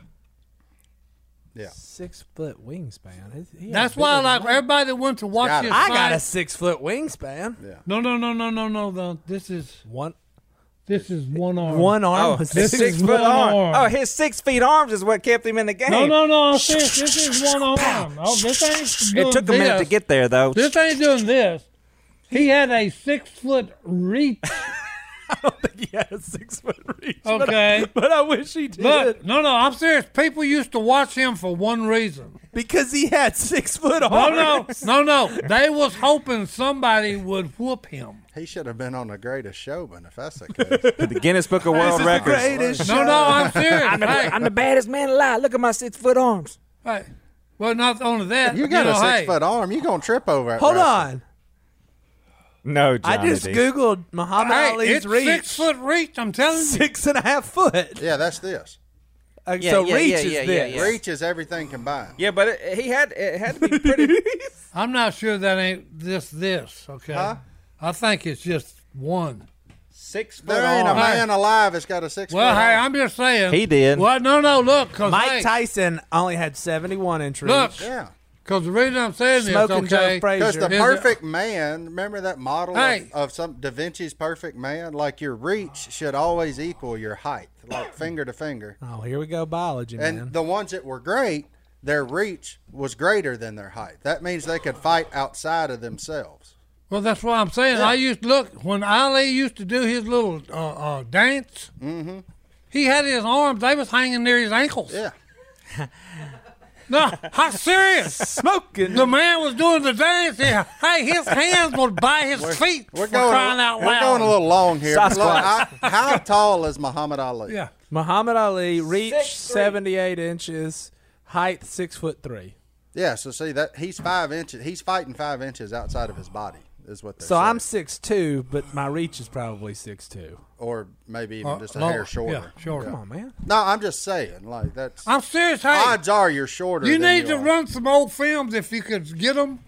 S1: Yeah.
S3: Six foot wingspan. He- he had
S4: that's
S3: a
S4: why I
S3: big-
S4: like everybody that wants to watch
S1: Got
S4: this
S1: it.
S3: I
S4: fight.
S3: got a six foot wingspan.
S1: Yeah.
S4: No no no no no no no. This is
S3: One
S4: this is one arm.
S3: one arm
S2: Oh,
S3: was
S2: his
S4: this
S3: *laughs* six.
S2: six
S4: is
S2: foot
S4: one
S2: arm.
S4: arm.
S2: Oh, his six feet arms is what kept him in the game.
S4: No no no! I'm serious. This is one arm. Oh, this ain't. Doing
S2: It took a minute
S4: this.
S2: to get there though.
S4: This ain't doing this. He had a six foot reach.
S3: he had a six foot reach. But
S4: *laughs*
S3: I,
S4: Okay.
S3: but I wish he did.
S4: Look, no, no, I'm serious. People used to watch him for one reason.
S3: because he had six foot
S4: No,
S3: arms.
S4: no, no, no. They was hoping somebody would whoop him.
S1: He should have been on the greatest showman if *laughs* that's the case.
S2: The Guinness Book of World
S3: This is the
S2: Records.
S3: greatest
S4: No, no,
S1: *laughs*
S4: I'm serious.
S2: I'm, the,
S4: hey,
S2: I'm the baddest man alive. Look at my six foot arms.
S4: hey. Well, not only that,
S1: you got
S4: know,
S1: a six
S4: hey,
S1: foot arm. you going to trip over that
S3: Hold
S1: rascal.
S3: on.
S2: No,
S3: I
S2: Johnny
S3: just
S2: D.
S3: Googled Muhammad
S4: Hey,
S3: Ali's
S4: it's
S3: reach.
S4: six foot reach. I'm telling you.
S3: Six and a half foot.
S1: Yeah, that's this.
S3: Uh,
S2: Yeah,
S3: so
S2: yeah,
S3: reach
S2: yeah,
S3: is
S2: yeah,
S3: this.
S2: yeah,
S1: Reach is everything combined.
S2: Yeah, but it, he had it had to be pretty.
S4: I'm not sure that ain't this. This okay?
S1: Huh?
S4: I think it's just one.
S2: six foot
S1: There ain't a
S2: arm.
S4: Hey.
S1: man alive that's got a six
S4: Well,
S1: foot
S4: hey,
S1: arm.
S4: I'm just saying.
S2: He did.
S4: Well, no, no. Look, cause
S3: Mike
S4: hey,
S3: Tyson only had 71 inch reach.
S4: Look,
S1: Yeah.
S4: Because the reason I'm saying
S3: Smoking
S4: this, okay,
S3: Joe Frazier.
S1: Because the
S4: Is it-
S1: perfect man, remember that model of-
S4: Hey.
S1: of, some Da Vinci's perfect man? Like your reach should always equal your height,
S4: *coughs*
S1: like finger to finger.
S3: Oh, here we go, biology,
S1: And
S3: man.
S1: the ones that were great, their reach was greater than their height. That means they could fight outside of themselves.
S4: well, that's what I'm saying. I used look when Ali used to do his little uh, uh, dance. Mm-hmm. He had his arms; they was hanging near his ankles.
S1: Yeah.
S4: No,
S1: *laughs*
S4: I'm serious.
S3: Smoking.
S4: The man was doing the dance. Yeah. Hey, his hands was by his feet.
S1: We're
S4: for
S1: going,
S4: crying out loud.
S1: we're going a little long here.
S2: Sasquatch.
S1: Look, I- how tall is Muhammad Ali?
S4: Yeah.
S3: *laughs* Muhammad Ali reach
S2: Six, three.
S3: 78 inches, height six foot three.
S1: Yeah, so see that he's five inches he's fighting five inches outside of his body is what they're
S3: So I'm
S1: saying.
S3: six two, but my reach is probably six two.
S1: or maybe even just a
S4: lower.
S1: hair shorter.
S4: Uh, Yeah, shorter.
S3: Come on, man.
S1: No, I'm just saying, like that's
S4: I'm serious. Hey,
S1: odds are you're shorter.
S4: you
S1: than
S4: need to
S1: are.
S4: run some old films if you could get them.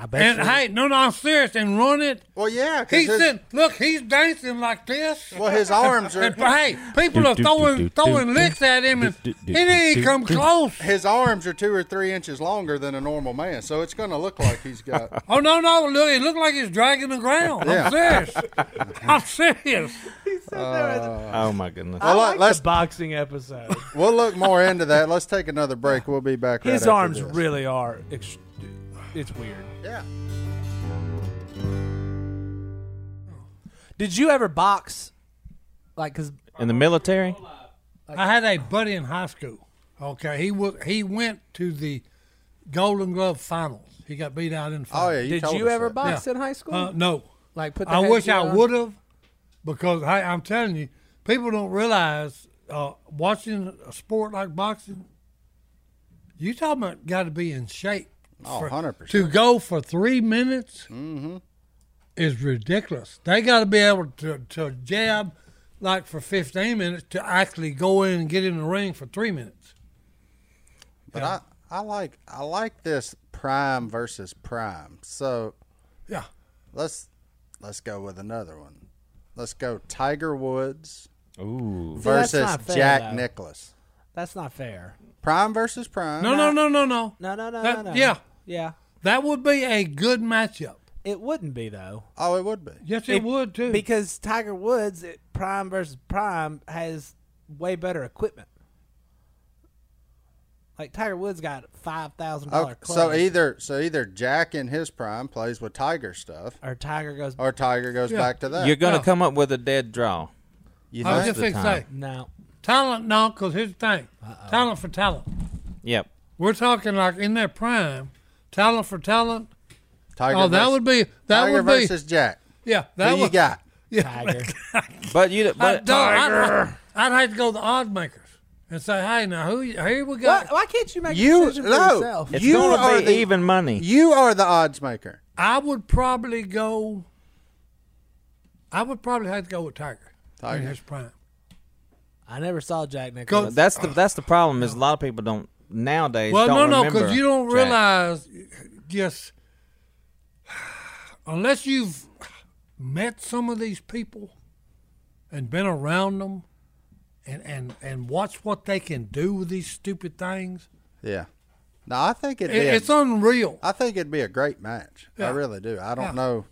S3: I bet.
S4: And
S3: you-
S4: hey, no, no, I'm serious. And run it.
S1: Well, yeah, 'cause
S4: He
S1: his,
S4: said, "Look, he's dancing like this."
S1: well his arms
S4: *laughs* And
S1: are
S4: hey, people are throwing throwing licks at him, and he didn't even come close.
S1: his arms are two or three inches longer than a normal man, so it's going to look like he's
S4: *laughs*
S1: got.
S4: Oh no, no! Look, it looked like he's dragging the ground.
S1: Yeah.
S4: I'm serious.
S1: *laughs*
S4: I'm serious.
S2: Oh my goodness.
S1: Well,
S3: I like
S1: let's
S3: the boxing episode.
S1: we'll look more into that. Let's take another break. We'll be back. right
S3: His
S1: after
S3: arms
S1: this.
S3: really are. Ex- it's weird.
S1: Yeah.
S3: Did you ever box? Like, cause
S2: In the military?
S4: I had a buddy in high school. Okay, he was he went to the Golden Glove finals. He got beat out in the
S1: Oh
S4: finals.
S1: yeah, you
S3: Did
S1: told
S3: you
S1: us
S3: ever
S1: that.
S3: box
S4: Yeah.
S3: in high school?
S4: Uh, no.
S3: like put. The
S4: I wish I
S3: headgear on?
S4: would have, because I, I'm telling you, people don't realize uh, watching a sport like boxing. You talking about got to be in shape.
S1: Oh,
S4: for-
S1: 100%.
S4: To go for three minutes
S2: Mm-hmm.
S4: is ridiculous. They got to be able to, to jab like for 15 minutes to actually go in and get in the ring for three minutes.
S1: But I, I like I like this prime versus prime. So
S4: Yeah.
S1: let's let's go with another one. Let's go Tiger Woods
S2: Ooh.
S3: that's
S1: versus
S3: not fair,
S1: Jack
S3: though.
S1: Nicklaus.
S3: That's not fair.
S1: Prime versus prime.
S4: No, no, no, no, no.
S3: No, no, no,
S4: That-
S3: no, no.
S4: yeah.
S3: yeah.
S4: That would be a good matchup.
S3: It wouldn't be though.
S1: Oh, it would be.
S4: Yes, it,
S3: If-
S4: would too.
S3: because Tiger Woods at prime versus prime has way better equipment. Like Tiger Woods got five thousand dollar
S1: Okay,
S3: clubs,
S1: so either so either Jack in his prime plays with Tiger stuff,
S3: or Tiger goes
S1: or Tiger goes
S4: Yeah.
S1: back to that.
S2: You're gonna
S4: Yeah.
S2: come up with a dead draw.
S1: you
S4: I was
S1: think?
S4: just
S2: the
S4: fixing to
S2: time.
S4: say,
S3: no.
S4: talent, no, because here's the thing talent for talent.
S2: Yep.
S4: We're talking like in their prime, talent for talent.
S1: Tiger
S4: oh, that
S1: versus,
S4: would be that
S1: Tiger
S4: would be
S1: versus Jack.
S4: yeah. That
S1: Who you
S4: would
S1: got?
S3: Tiger.
S2: But you.
S4: I
S2: But
S4: don't, I'd, I'd hate to go to the odd makers and say, hey, now who you- here we go.
S3: why, why can't you make a
S1: You
S3: decision for
S1: no.
S3: yourself?
S2: it's
S1: You
S2: gonna
S1: are
S2: be
S1: the
S2: even money.
S1: You are the odds maker.
S4: I would probably go. I would probably have to go with Tiger,
S1: Tiger.
S4: in his prime.
S3: I never saw Jack Nicklaus.
S2: That's the that's the problem. Is a lot of people don't nowadays.
S4: Well,
S2: don't
S4: no, no,
S2: remember
S4: because you don't
S2: Jack.
S4: realize, just unless you've met some of these people and been around them, and and and watched what they can do with these stupid things,
S1: Yeah. No, I think it'd
S4: it,
S1: be a-
S4: it's unreal.
S1: I think it'd be a great match. I
S4: Yeah.
S1: really do. I don't
S4: Yeah.
S1: know.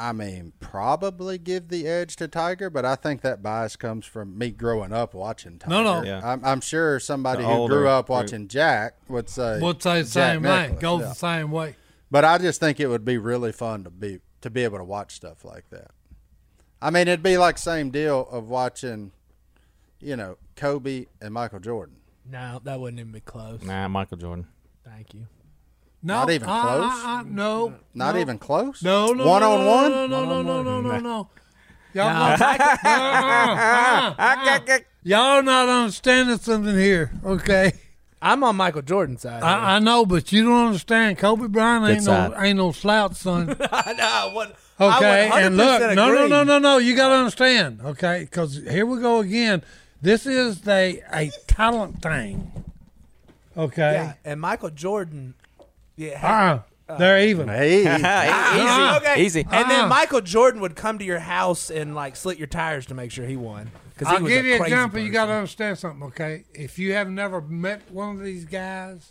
S1: I mean, probably give the edge to Tiger, but I think that bias comes from me growing up watching Tiger.
S4: No, no.
S2: Yeah.
S1: I'm, I'm sure somebody
S2: The
S1: who
S2: older
S1: grew up
S2: group.
S1: watching Jack would say
S4: Would say the
S1: Jack
S4: same thing,
S1: Nicklaus,
S4: goes
S1: yeah.
S4: the same way.
S1: But I just think it would be really fun to be to be able to watch stuff like that. I mean, it'd be like same deal of watching, you know, Kobe and Michael Jordan.
S3: no, that wouldn't even be close.
S2: Nah, Michael Jordan. *laughs*
S3: Thank you.
S4: No,
S1: Not even
S4: I-
S1: close?
S4: I- I- no,
S1: Not
S4: no.
S1: even close.
S4: No, no,
S1: one
S4: no,
S1: on
S4: no,
S1: one.
S4: No, no, no, no, no,
S1: *laughs*
S4: no, no. Y'all,
S3: No.
S4: not, uh-uh, uh-uh. y'all not understanding something here, okay?
S3: I'm on Michael Jordan's
S4: *laughs*
S3: side. *laughs*
S4: I, I know, but you don't understand. Kobe Bryant
S2: Good
S4: ain't
S2: side.
S4: no, ain't no slouch, son.
S3: *laughs* I know. I would-
S4: Okay,
S3: I would
S4: and look,
S3: 100%
S4: no, no,
S3: agree.
S4: no, no, no. You got to understand, okay? Because here we go again. This is the a talent thing, okay?
S3: Yeah, and Michael Jordan. Yeah. Uh,
S4: Uh-uh. They're even.
S1: Hey,
S2: *laughs* easy.
S4: Ah.
S3: Okay.
S2: Easy.
S3: And then
S4: Ah.
S3: Michael Jordan would come to your house and like slit your tires to make sure he won. Because
S4: I'll give you a
S3: crazy
S4: example. You got to
S3: person.
S4: understand something, okay? If you have never met one of these guys,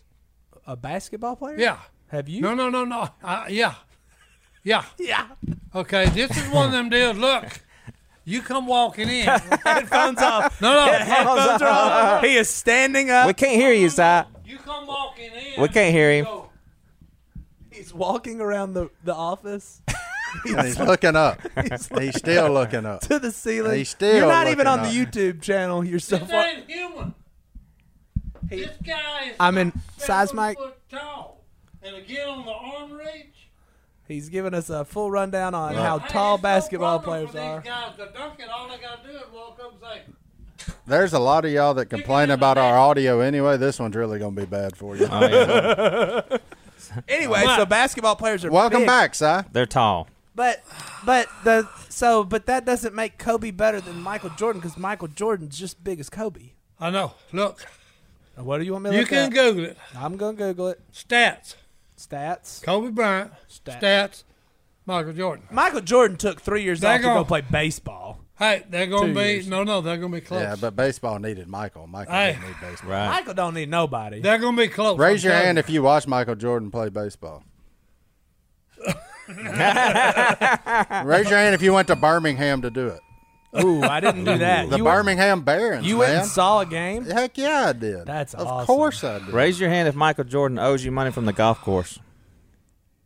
S3: a basketball player.
S4: yeah.
S3: Have you?
S4: No, no, no, no. Uh, yeah, yeah.
S3: Yeah. *laughs*
S4: Okay, this is one of them deals. Look, you come walking
S3: *laughs*
S4: in.
S3: Headphones off.
S4: No, no.
S3: Headphones
S4: *laughs*
S3: are off. He is standing up.
S2: We can't hear you, Si.
S4: You come walking in.
S2: We can't hear him.
S4: So,
S3: He's walking around the, the office
S1: and he's looking up. *laughs* He's still looking up.
S3: *laughs* to the ceiling.
S1: He's still
S3: You're not even on
S1: looking
S3: the
S1: up.
S3: YouTube channel. You're so
S4: this
S3: far.
S4: ain't human. This guy is.
S3: I'm in
S4: seven
S3: size mic.
S4: foot tall, and again on the arm reach.
S3: He's giving us a full rundown on how
S4: Hey, it's
S3: tall
S4: no
S3: basketball
S4: problem
S3: players
S4: for
S3: are.
S4: These guys to dunk it. All they gotta do is walk up and say,
S1: There's a lot of y'all that complain about our audio anyway. This one's really going to be bad for you.
S3: Anyway, so basketball players are
S1: *laughs* Welcome
S3: big.
S1: back, Si.
S2: They're tall.
S3: But but the so but that doesn't make Kobe better than Michael Jordan because Michael Jordan's just big as Kobe.
S4: "I know. Look,
S3: Now, What do you want me to
S4: you
S3: look
S4: can
S3: up?
S4: Google it.
S3: I'm gonna Google it.
S4: Stats.
S3: Stats.
S4: Kobe Bryant.
S3: Stats.
S4: stats Michael Jordan.
S3: Michael Jordan took three years
S4: They're
S3: off to go
S4: gonna-
S3: play baseball.
S4: Hey, they're
S3: Two
S4: gonna be
S3: years.
S4: no, no, they're gonna be close.
S1: Yeah, but baseball needed Michael. Michael
S4: Hey.
S1: didn't need baseball.
S2: Right.
S3: Michael don't need nobody.
S4: they're gonna be close.
S1: Raise
S4: I'm
S1: your
S4: telling
S1: hand if you watched Michael Jordan play baseball. Raise your hand if you went to Birmingham to do it.
S3: Ooh, I didn't do
S1: *laughs*
S3: that.
S1: The
S3: you went,
S1: Birmingham Barons,
S3: you went
S1: man.
S3: and saw a game.
S1: Heck yeah, I did.
S3: That's
S1: of
S3: awesome.
S1: course I did.
S2: Raise your hand if Michael Jordan owes you money from the golf course.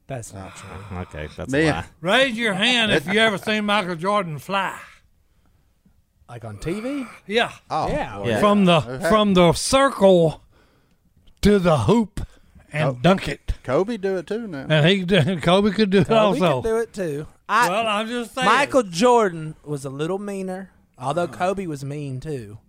S3: That's not true.
S2: Okay, that's
S1: Man.
S2: a lie.
S4: Raise your hand if you ever seen Michael Jordan fly.
S3: Like on TV.
S4: Yeah.
S1: Oh,
S3: Yeah.
S1: well,
S2: Yeah.
S4: From the from the circle to the hoop and
S3: Oh.
S4: dunk it.
S1: Kobe do it too now.
S4: And he *laughs* did- Kobe could do it
S3: Kobe could
S4: also.
S3: do it too. I,
S4: well, I'm just saying.
S3: Michael Jordan was a little meaner, although Kobe was mean too.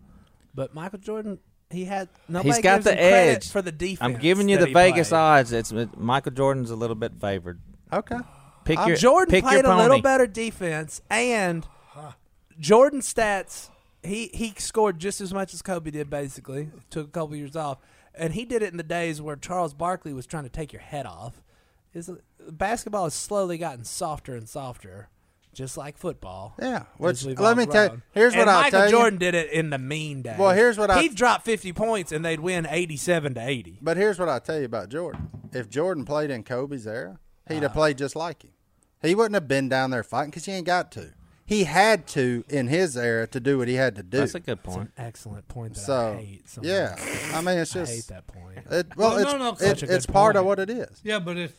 S3: But Michael Jordan, he had nobody
S2: He's got
S3: gives
S2: the
S3: him credit
S2: edge.
S3: for the defense. *laughs*
S2: I'm giving you
S3: that
S2: the
S3: he
S2: Vegas
S3: played.
S2: odds. It's it- Michael Jordan's a little bit favored.
S1: Okay.
S2: Pick
S1: I'm
S2: your
S3: Jordan
S2: pick
S3: played
S2: your
S3: a
S2: pony.
S3: little better defense, and Jordan stats. He he scored just as much as Kobe did. Basically, took a couple years off, and he did it in the days where Charles Barkley was trying to take your head off. Is basketball has slowly gotten softer and softer, just like football.
S1: Yeah, which-
S3: As we've
S1: let me
S3: all
S1: tell-
S3: grown.
S1: here's what
S3: And
S1: I'll
S3: Michael
S1: tell you.
S3: Jordan did it in the mean days.
S1: Well, here's what I-
S3: he'd drop fifty points and they'd win eighty-seven to eighty.
S1: But here's what I tell you about Jordan. If Jordan played in Kobe's era, he'd
S3: Uh-huh.
S1: have played just like him. He wouldn't have been down there fighting because he ain't got to. He had to in his era to do what he had to do.
S2: That's a good point.
S3: Excellent point. That
S1: so
S3: I hate so
S1: yeah,
S3: much.
S1: I mean it's
S3: *laughs* I
S1: just
S3: hate that point.
S1: It, well,
S4: Well,
S1: it's,
S4: no, no,
S1: it-
S4: such
S3: a good
S1: it's part of
S3: point.
S1: what it is.
S4: Yeah, but it's.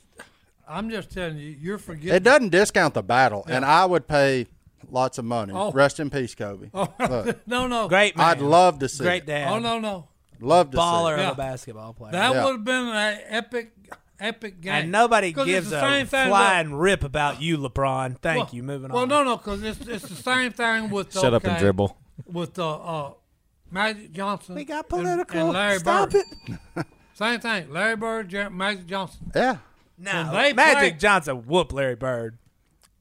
S4: I'm just telling you, you're forgetting.
S1: It doesn't discount the battle, and I would pay lots of money.
S4: Oh.
S1: Rest in peace, Kobe. Look,
S4: *laughs* no, no.
S3: Great Oh, man.
S1: I'd love to see.
S3: Great
S1: it.
S3: dad.
S4: Oh no, no.
S1: Love to see.
S3: baller of
S4: Yeah.
S3: a basketball player.
S4: That
S1: Yeah.
S4: would have been an epic, epic game.
S3: and nobody
S4: 'Cause
S3: gives
S4: it's the
S3: a
S4: same thing
S3: flying rip about you, LeBron. Thank you. Moving
S4: well,
S3: on.
S4: Well, no, no, because it's, it's the same thing with the,
S2: *laughs* Shut up and
S4: okay,
S2: dribble.
S4: with the uh, Magic Johnson.
S3: We got
S4: and-
S3: political.
S4: And, Larry
S3: Stop
S4: Bird.
S3: it.
S4: Same thing. Larry Bird, Jer- Magic Johnson.
S1: it. Yeah.
S3: No,
S4: When they
S3: Magic
S4: play-
S3: Johnson whoop Larry Bird.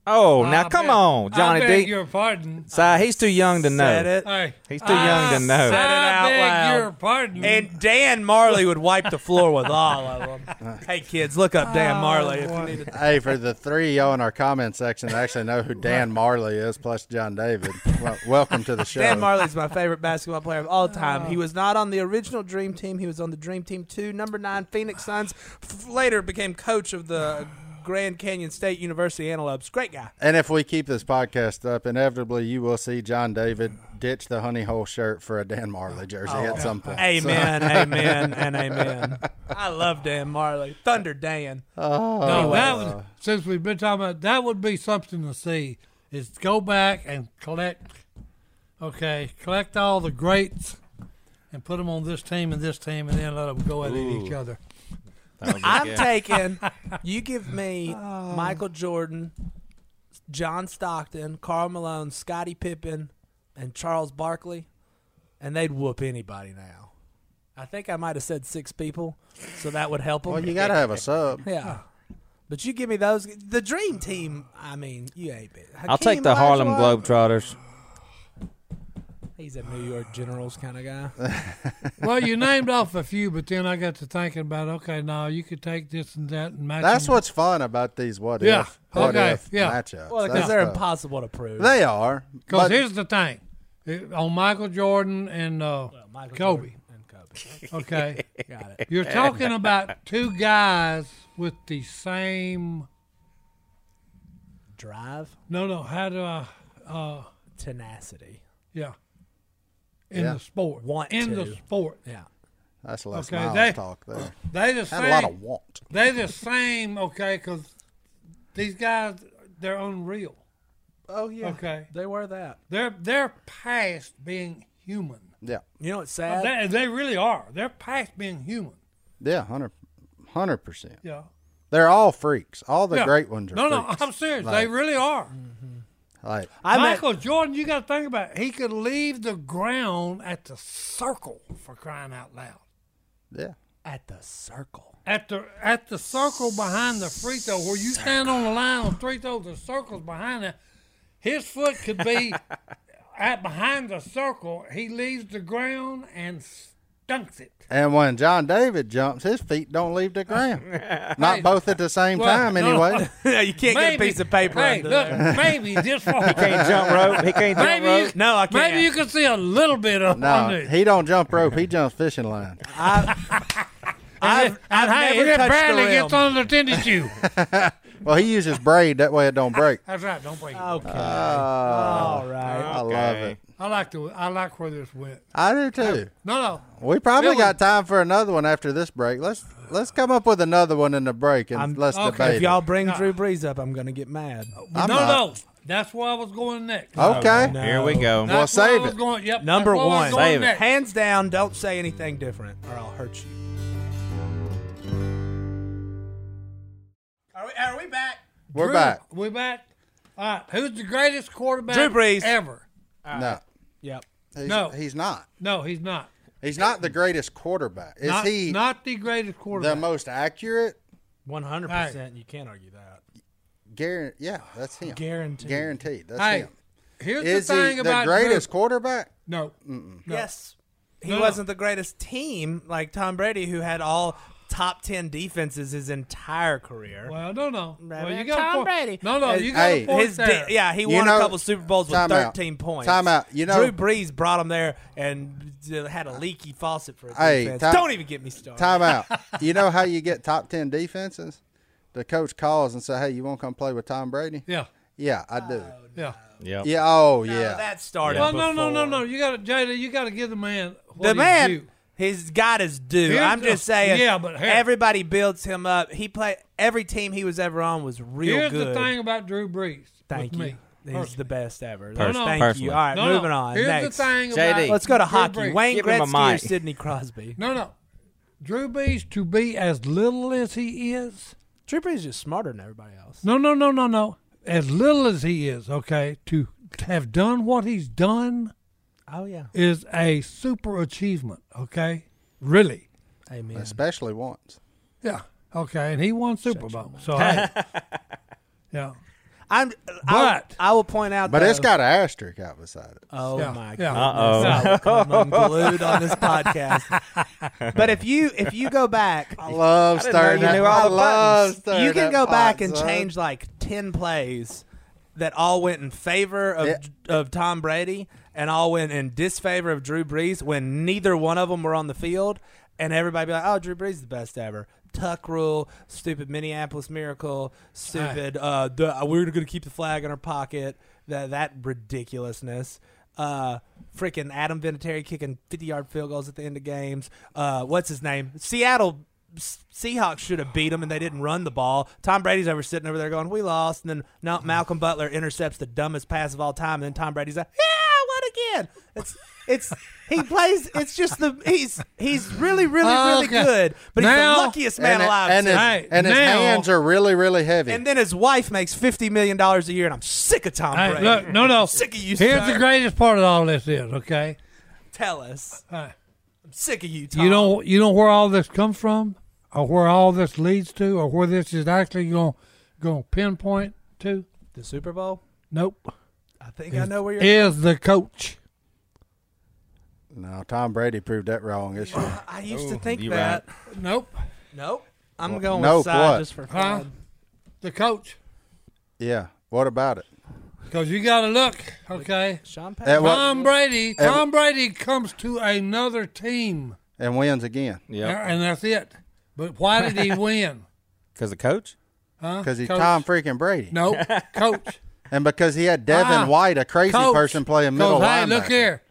S2: Oh,
S4: I
S2: now come
S4: beg-
S2: on, Johnny
S4: I beg
S2: D.
S4: your pardon.
S2: Si, he's too young to know.
S3: Said it.
S4: Hey,
S2: He's too
S4: I
S2: young to know.
S4: Said it out I beg
S3: loud.
S4: your pardon.
S3: And Dan Marley would wipe the floor with *laughs* all of them. hey kids, look up
S4: Oh,
S3: Dan Marley if you need to.
S1: Hey, for the three of y'all in our comment section that actually know who Dan Marley is, plus John David, well, welcome
S4: *laughs*
S1: to the show.
S3: Dan Marley's my favorite basketball player of all time.
S4: Oh.
S3: He was not on the original Dream Team. He was on the Dream Team 2, number 9 Phoenix Suns. F- later became coach of the Grand Canyon State University Antelopes. Great guy.
S1: And if we keep this podcast up, inevitably you will see John David ditch the honey hole shirt for a Dan Marley jersey
S4: Oh,
S1: at some *laughs* point.
S3: Amen, amen,
S1: *laughs*
S3: and amen. I love Dan Marley. Thunder Dan.
S1: Oh,
S4: no, that was, since we've been talking about that would be something to see is go back and collect. Okay, collect all the greats and put them on this team and this team, and then let them go at each other.
S1: *laughs*
S3: I'm taking, you give me
S1: Oh.
S3: Michael Jordan, John Stockton, Carl Malone, Scottie Pippen, and Charles Barkley, and they'd whoop anybody now. I think I might have said six people, so that would help them.
S1: Well, you got to have a sub.
S3: *laughs* Yeah. But you give me those. The dream team, I mean, you ain't been.
S2: I'll take the Harlem Globetrotters.
S3: He's a New York Generals kind
S1: *laughs*
S3: of guy.
S4: well, you named off a few, but then I got to thinking about okay, now you could take this and that and match.
S1: That's
S4: them.
S1: what's fun about these what
S4: Yeah.
S1: if, what
S4: Okay.
S1: if
S4: Yeah.
S1: matchups.
S3: Well,
S1: That's
S3: because they're
S1: tough.
S3: impossible to prove.
S1: They are.
S4: Because
S1: but-
S4: here's the thing, It- on Michael Jordan and uh,
S3: Michael
S4: Kobe.
S3: Jordan and Kobe.
S4: Okay,
S3: Got it.
S4: you're talking about two guys with the same.
S3: *laughs* Drive,
S4: No, no. How do I? uh,
S3: tenacity.
S4: Yeah. In
S1: Yeah.
S4: the sport.
S3: Want
S4: in
S3: to.
S4: the sport.
S3: Yeah.
S1: that's less
S4: Okay,
S1: miles
S4: they-
S1: talk there.
S4: They the
S1: Had a lot
S4: same.
S1: of want.
S4: they the same. Okay, because these guys they're unreal.
S3: Oh yeah.
S4: Okay.
S3: They were that.
S4: They're they're past being human.
S1: Yeah,
S3: You know what's
S1: Uh,
S3: sad?
S4: They, they really are. They're past being human.
S1: yeah, hundred, hundred percent.
S4: Yeah.
S1: They're all freaks. All the
S4: Yeah.
S1: great ones are
S4: No, no,
S1: freaks.
S4: I'm serious. they
S1: Like-
S4: really are.
S1: Like,
S3: I met-
S4: Michael Jordan, you got to think about. It. He could leave the ground at the circle for crying out loud.
S1: yeah,
S3: at the circle. *laughs*
S4: at the at the circle behind the free throw where you stand on the line on three throws, the circle's behind that. His foot could be at behind the circle. He leaves the ground and stunks it.
S1: and when John David jumps, his feet don't leave the ground.
S4: *laughs*
S1: Not both at the same
S4: Well,
S1: time,
S4: no, no.
S1: anyway.
S4: *laughs*
S3: you can't get a piece of paper
S4: Hey,
S3: under
S4: look,
S3: there. *laughs*
S4: maybe this far.
S2: Can't jump rope. He can't jump
S4: *laughs* Maybe you,
S2: rope.
S3: No, I can't.
S4: Maybe you can see a little bit of
S1: No,
S4: under it.
S1: he don't jump rope. He jumps fishing line.
S3: I've, I've
S4: Hey,
S3: never
S4: it
S3: touched
S4: barely
S3: the rim.
S4: gets under the tennis
S3: *laughs*
S4: shoe.
S1: Well, he uses braid that way it don't break.
S4: That's right. Don't break. it.
S3: Okay.
S1: Oh,
S3: All right.
S1: I love
S2: Okay.
S1: it.
S4: I like the I like where this went.
S1: I do too.
S4: No, no.
S1: We probably
S4: Really?
S1: got time for another one after this break. Let's let's come up with another one in the break and
S3: I'm-
S1: let's
S4: okay.
S1: debate.
S3: If
S1: it.
S3: y'all bring Drew Brees up, I'm gonna get mad.
S1: I'm
S4: no,
S1: not.
S4: no. That's where I was going next.
S1: okay.
S3: No.
S2: Here we go.
S1: Well,
S4: That's where I
S1: save
S4: was
S1: it.
S4: going- yep,
S3: Number
S4: that's where I was
S3: one.
S4: going
S2: Save it.
S4: next.
S3: Hands down, don't say anything different, or I'll hurt you.
S1: We're
S4: Drew,
S1: back.
S4: We back. All right. Who's the greatest quarterback
S3: Drew Brees.
S4: ever?
S1: No.
S3: Yep.
S1: He's,
S4: No.
S1: He's not.
S4: No, he's not.
S1: He's not the greatest quarterback. Is
S4: not,
S1: he
S4: not the greatest
S1: the
S4: quarterback?
S1: most accurate?
S3: One hundred
S4: Hey.
S3: percent. You can't argue that.
S1: Guaran- yeah, that's him.
S3: Guaranteed.
S1: Guaranteed. That's
S4: hey,
S1: him.
S4: here's
S1: Is
S4: the thing
S1: he the
S4: about Drew.
S1: greatest Mm. quarterback?
S4: No, no.
S3: Yes. He
S4: No, no.
S3: wasn't the greatest team like Tom Brady, who had all top ten defenses his entire career.
S4: Well, no, no.
S3: Right,
S4: Well, you
S3: man.
S4: got
S3: Tom
S4: a point.
S3: Brady.
S4: No, no,
S1: Hey,
S4: you got
S1: hey,
S4: a point
S3: his
S4: there.
S3: di- yeah, he
S1: You
S3: won
S1: know-
S3: a couple Super Bowls with
S1: Time out.
S3: 13 points.
S1: Time out. You know-
S3: Drew Brees brought him there and uh, had a leaky faucet for his
S1: Hey,
S3: defense.
S1: time-
S3: Don't even get me started.
S1: Time out. you know how you get top ten defenses? The coach calls and say, "Hey, you want to come play with Tom Brady?"
S4: Yeah,
S1: Yeah, I do.
S4: yeah.
S2: Yep.
S1: yeah. Oh,
S3: No,
S1: yeah.
S3: that started.
S4: Well, no, no, no,
S3: before.
S4: no. You got to, Jada. You got to give the man what
S3: the
S4: he's
S3: man,
S4: due.
S3: he's got his due.
S4: Here's
S3: I'm
S4: the-
S3: just saying.
S4: yeah, but here-
S3: everybody builds him up. He played every team he was ever on was real
S4: Here's
S3: good.
S4: the thing about Drew Brees.
S3: Thank
S4: with
S3: you.
S4: Me,
S3: He's
S4: personally.
S3: the best ever.
S2: Pers-
S3: Thank
S2: personally.
S3: you. All right,
S4: no,
S3: moving
S4: no.
S3: on.
S4: Here's
S3: Next.
S4: the thing about
S2: JD.
S3: Let's go to
S4: Drew
S3: hockey.
S4: Brees.
S3: Wayne
S2: Give him a
S3: Gretzky or
S2: mic.
S3: Sidney Crosby?
S4: No, no. Drew Brees to be as little as he is.
S3: Drew Brees is just smarter than everybody else.
S4: No, no, no, no, no. As little as he is, okay, to have done what he's done
S3: Oh yeah,
S4: is a super achievement, okay? Really.
S3: amen.
S1: Especially once.
S4: Yeah. Okay, and he won Super Bowl. So,
S3: *laughs*
S4: hey. yeah.
S3: I'm. I,
S4: But-
S3: I will point out,
S1: But
S3: though,
S1: it's got an asterisk out beside it.
S3: Oh
S4: Yeah,
S3: my
S4: yeah.
S2: Uh-oh.
S3: god! I'm unglued on this podcast. But if you if you go back,
S1: I love
S2: didn't know
S1: stirring
S2: you
S1: that.
S2: knew all
S1: I
S2: the
S1: love
S2: buttons.
S1: stirring
S3: you can
S1: that
S3: go back
S1: pot,
S3: and
S1: son.
S3: change like 10 plays that all went in favor of,
S1: Yeah.
S3: of Tom Brady and all went in disfavor of Drew Brees when neither one of them were on the field. And everybody be like, oh, Drew Brees is the best ever. Tuck rule, stupid Minneapolis miracle, stupid, uh, the, we're going to keep the flag in our pocket, that, that ridiculousness. Uh, freaking Adam Vinatieri kicking 50 yard field goals at the end of games. Uh, what's his name? Seattle S- Seahawks should have beat them and they didn't run the ball. Tom Brady's over sitting over there going, "We lost." And then no,
S4: Hmm.
S3: Malcolm Butler intercepts the dumbest pass of all time. And then Tom Brady's like, "Yeah, what again?" It's it's
S4: *laughs*
S3: he plays. It's just the he's he's really really really
S4: Oh, Okay.
S3: good, but he's
S4: Now-
S3: the luckiest man
S1: and, it-
S3: alive.
S1: and
S3: too.
S1: his,
S4: Hey,
S1: and his
S4: now-
S1: hands are really, really heavy.
S3: And then his wife makes fifty million dollars a year, and I'm sick of Tom
S4: Hey,
S3: Brady.
S4: look, no, no.
S3: Sick of you,
S4: Here's
S3: sir.
S4: the greatest part of all this is, okay?
S3: Tell us,
S4: Hey.
S3: I'm sick of you, Tom.
S4: You know, you know where all this comes from, or where all this leads to, or where this is actually going going to pinpoint to?
S3: the Super Bowl.
S4: Nope.
S3: I think I know where you're.
S4: Is the coach.
S1: no, Tom Brady proved that wrong this year.
S3: I used to
S2: Ooh,
S3: think
S2: you
S3: that.
S4: Nope.
S3: Nope. Um, I'm going
S1: nope,
S3: with side
S1: what?
S3: just for
S4: Huh?
S3: fun.
S4: The coach.
S1: Yeah. What about it?
S4: Because you got to look, okay?
S3: Sean
S1: That
S3: Payton.
S1: wa-
S4: Tom Brady. Tom Brady comes to another team,
S1: And wins again
S2: Yep.
S4: and that's it. But why
S1: *laughs*
S4: did he win?
S2: Because the coach?
S4: Huh?
S1: because he's
S4: Coach.
S1: Tom freaking Brady, *laughs*
S4: Nope, coach.
S1: and because he had Devin
S4: Ah,
S1: White, a crazy
S4: coach.
S1: person, playing middle
S4: Coach,
S1: linebacker.
S4: hey, look here.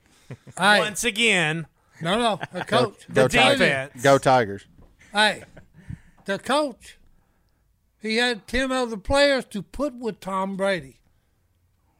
S4: Hey,
S3: Once again,
S4: no, no, the coach.
S1: Go
S4: Tell you,
S3: defense.
S1: Go Tigers.
S4: Hey, the coach. He had ten other players to put with Tom Brady.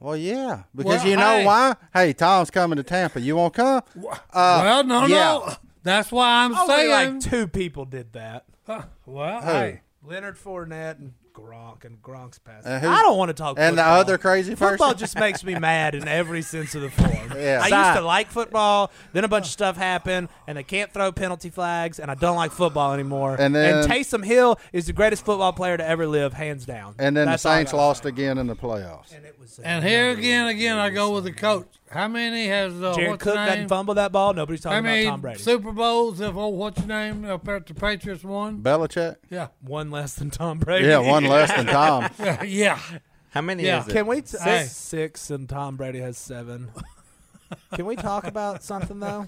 S1: Well, yeah, because
S4: Well,
S1: you know
S4: hey.
S1: why? Hey, Tom's coming to Tampa. You won't come?
S4: well, no,
S1: yeah.
S4: no. That's why I'm
S3: only
S4: saying.
S3: Oh, like two people did that.
S4: Huh, well,
S1: Who?
S4: hey,
S3: Leonard Fournette and Gronk and Gronk's pass.
S1: And who-
S3: I don't want to talk.
S1: And the
S3: football.
S1: other crazy
S3: football
S1: person.
S3: just makes me mad in every sense of the form.
S1: *laughs* Yeah.
S3: I used
S2: Stop.
S3: to like football. Then a bunch of stuff happened, and they can't throw penalty flags, and I don't like football anymore.
S1: And then-
S3: Taysom Hill is the greatest football player to ever live, hands down.
S1: and then
S3: That's
S1: the
S3: all I
S1: Saints
S3: gotta
S1: lost
S3: say.
S1: again in the playoffs.
S3: And it was uh,
S4: and here again, again, I go with the coach. How many has uh,
S3: Jared
S4: what's
S3: Cook
S4: his name?
S3: doesn't fumble that ball. Nobody's talking
S4: How
S3: about
S4: many
S3: uh, Tom Brady.
S4: Super Bowls have oh, what's his name up at the Patriots won?
S3: *laughs*
S1: Belichick.
S4: Yeah, *laughs*
S3: one less than Tom Brady.
S1: Yeah, one less than
S3: *laughs*
S1: Tom.
S4: yeah.
S2: How many
S4: Yeah.
S2: is it?
S3: Can we t-
S4: Hey.
S3: six, six and Tom Brady has seven? Can we talk about something though?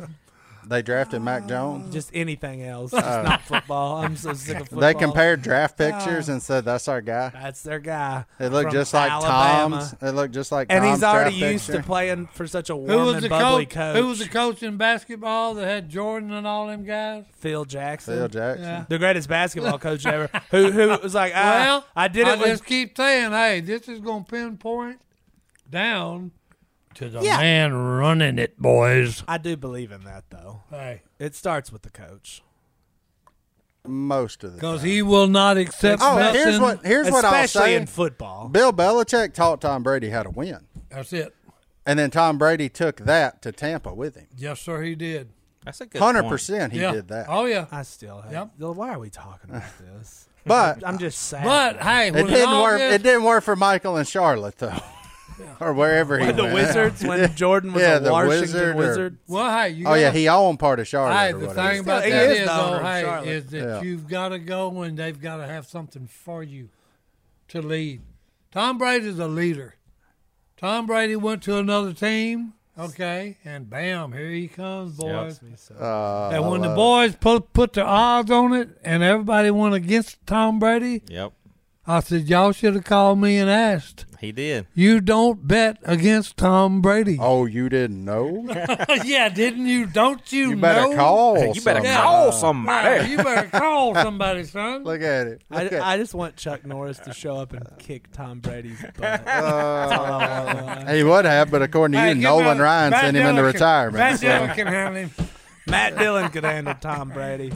S1: They drafted Mac Jones.
S3: Just anything else, just not football. I'm so sick of football.
S1: Oh. They compared draft pictures and said that's our guy.
S3: That's their guy.
S1: It looked
S3: from
S1: just like
S3: Alabama.
S1: Tom's. It looked just like
S3: and
S1: Tom's
S3: he's already
S1: draft
S3: used
S1: picture.
S3: to playing for such a warm
S4: Who was
S3: and
S4: the
S3: bubbly
S4: coach?
S3: coach.
S4: Who was the coach in basketball that had Jordan and all them guys?
S3: Phil Jackson,
S1: Phil Jackson.
S4: Yeah.
S3: the greatest basketball coach ever. Who who was like, ah,
S4: Well,
S3: I did
S4: I
S3: it. with,
S4: just keep saying, hey, this is gonna pinpoint down to the
S3: Yeah.
S4: man running it, boys.
S3: I do believe in that though.
S4: Hey,
S3: It starts with the coach.
S1: most of the
S4: because he will not accept.
S1: Oh,
S4: nothing.
S1: here's what here's what I'll
S3: especially
S1: say.
S3: in football.
S1: Bill Belichick taught Tom Brady how to win,
S4: That's it.
S1: and then Tom Brady took that to Tampa with him.
S4: Yes, sir. He did.
S2: That's a good
S1: Hundred
S2: point.
S1: percent, he
S4: yeah.
S1: did that.
S4: Oh yeah.
S3: I still have.
S4: Yep.
S3: Well, Why are we talking about this? *laughs*
S1: But
S3: I'm just sad.
S4: But hey,
S1: it
S4: when
S1: didn't
S4: all
S1: work.
S4: this-
S1: It didn't work for Michael and Charlotte though, *laughs* or wherever he
S3: When the
S1: went.
S3: Wizards, when Jordan was
S1: Yeah,
S3: a
S1: the
S3: Washington
S1: wizard or-
S3: Wizard,
S4: Well, hey,
S1: *laughs*
S4: you
S1: Oh yeah,
S4: gotta-
S1: he owned part of Charlotte.
S4: Hey,
S1: or
S4: the
S1: whatever.
S4: thing about
S3: He
S4: that
S3: is
S4: is,
S3: the owner
S4: though,
S3: of Charlotte.
S4: hey, is that
S1: Yeah.
S4: you've got to go and they've got to have something for you to lead. Tom Brady's a leader. Tom Brady went to another team, okay, and bam, here he comes, boys.
S1: Uh,
S4: and when the boys put put their odds on it, and everybody went against Tom Brady,
S2: Yep,
S4: I said, y'all should have called me and asked.
S2: he did.
S4: You don't bet against Tom Brady.
S1: oh, you didn't know?
S4: *laughs* yeah, didn't you? Don't you?
S1: You better
S4: know?
S1: call.
S2: *laughs* you better
S1: somebody.
S4: Oh,
S2: call somebody.
S4: You better
S1: *laughs*
S4: call somebody, son.
S1: Look at it.
S3: I,
S1: Look at-
S3: I just want Chuck Norris to show up and kick Tom Brady's
S1: Uh,
S3: butt.
S1: he would have, but according to
S4: Hey,
S1: you,
S4: give
S1: Nolan
S4: him a-
S1: Ryan
S4: Matt
S1: sent him into
S4: Dillon can-
S1: retirement.
S4: Matt
S1: so-
S4: Dillon can handle him.
S3: Matt Dillon could handle Tom Brady.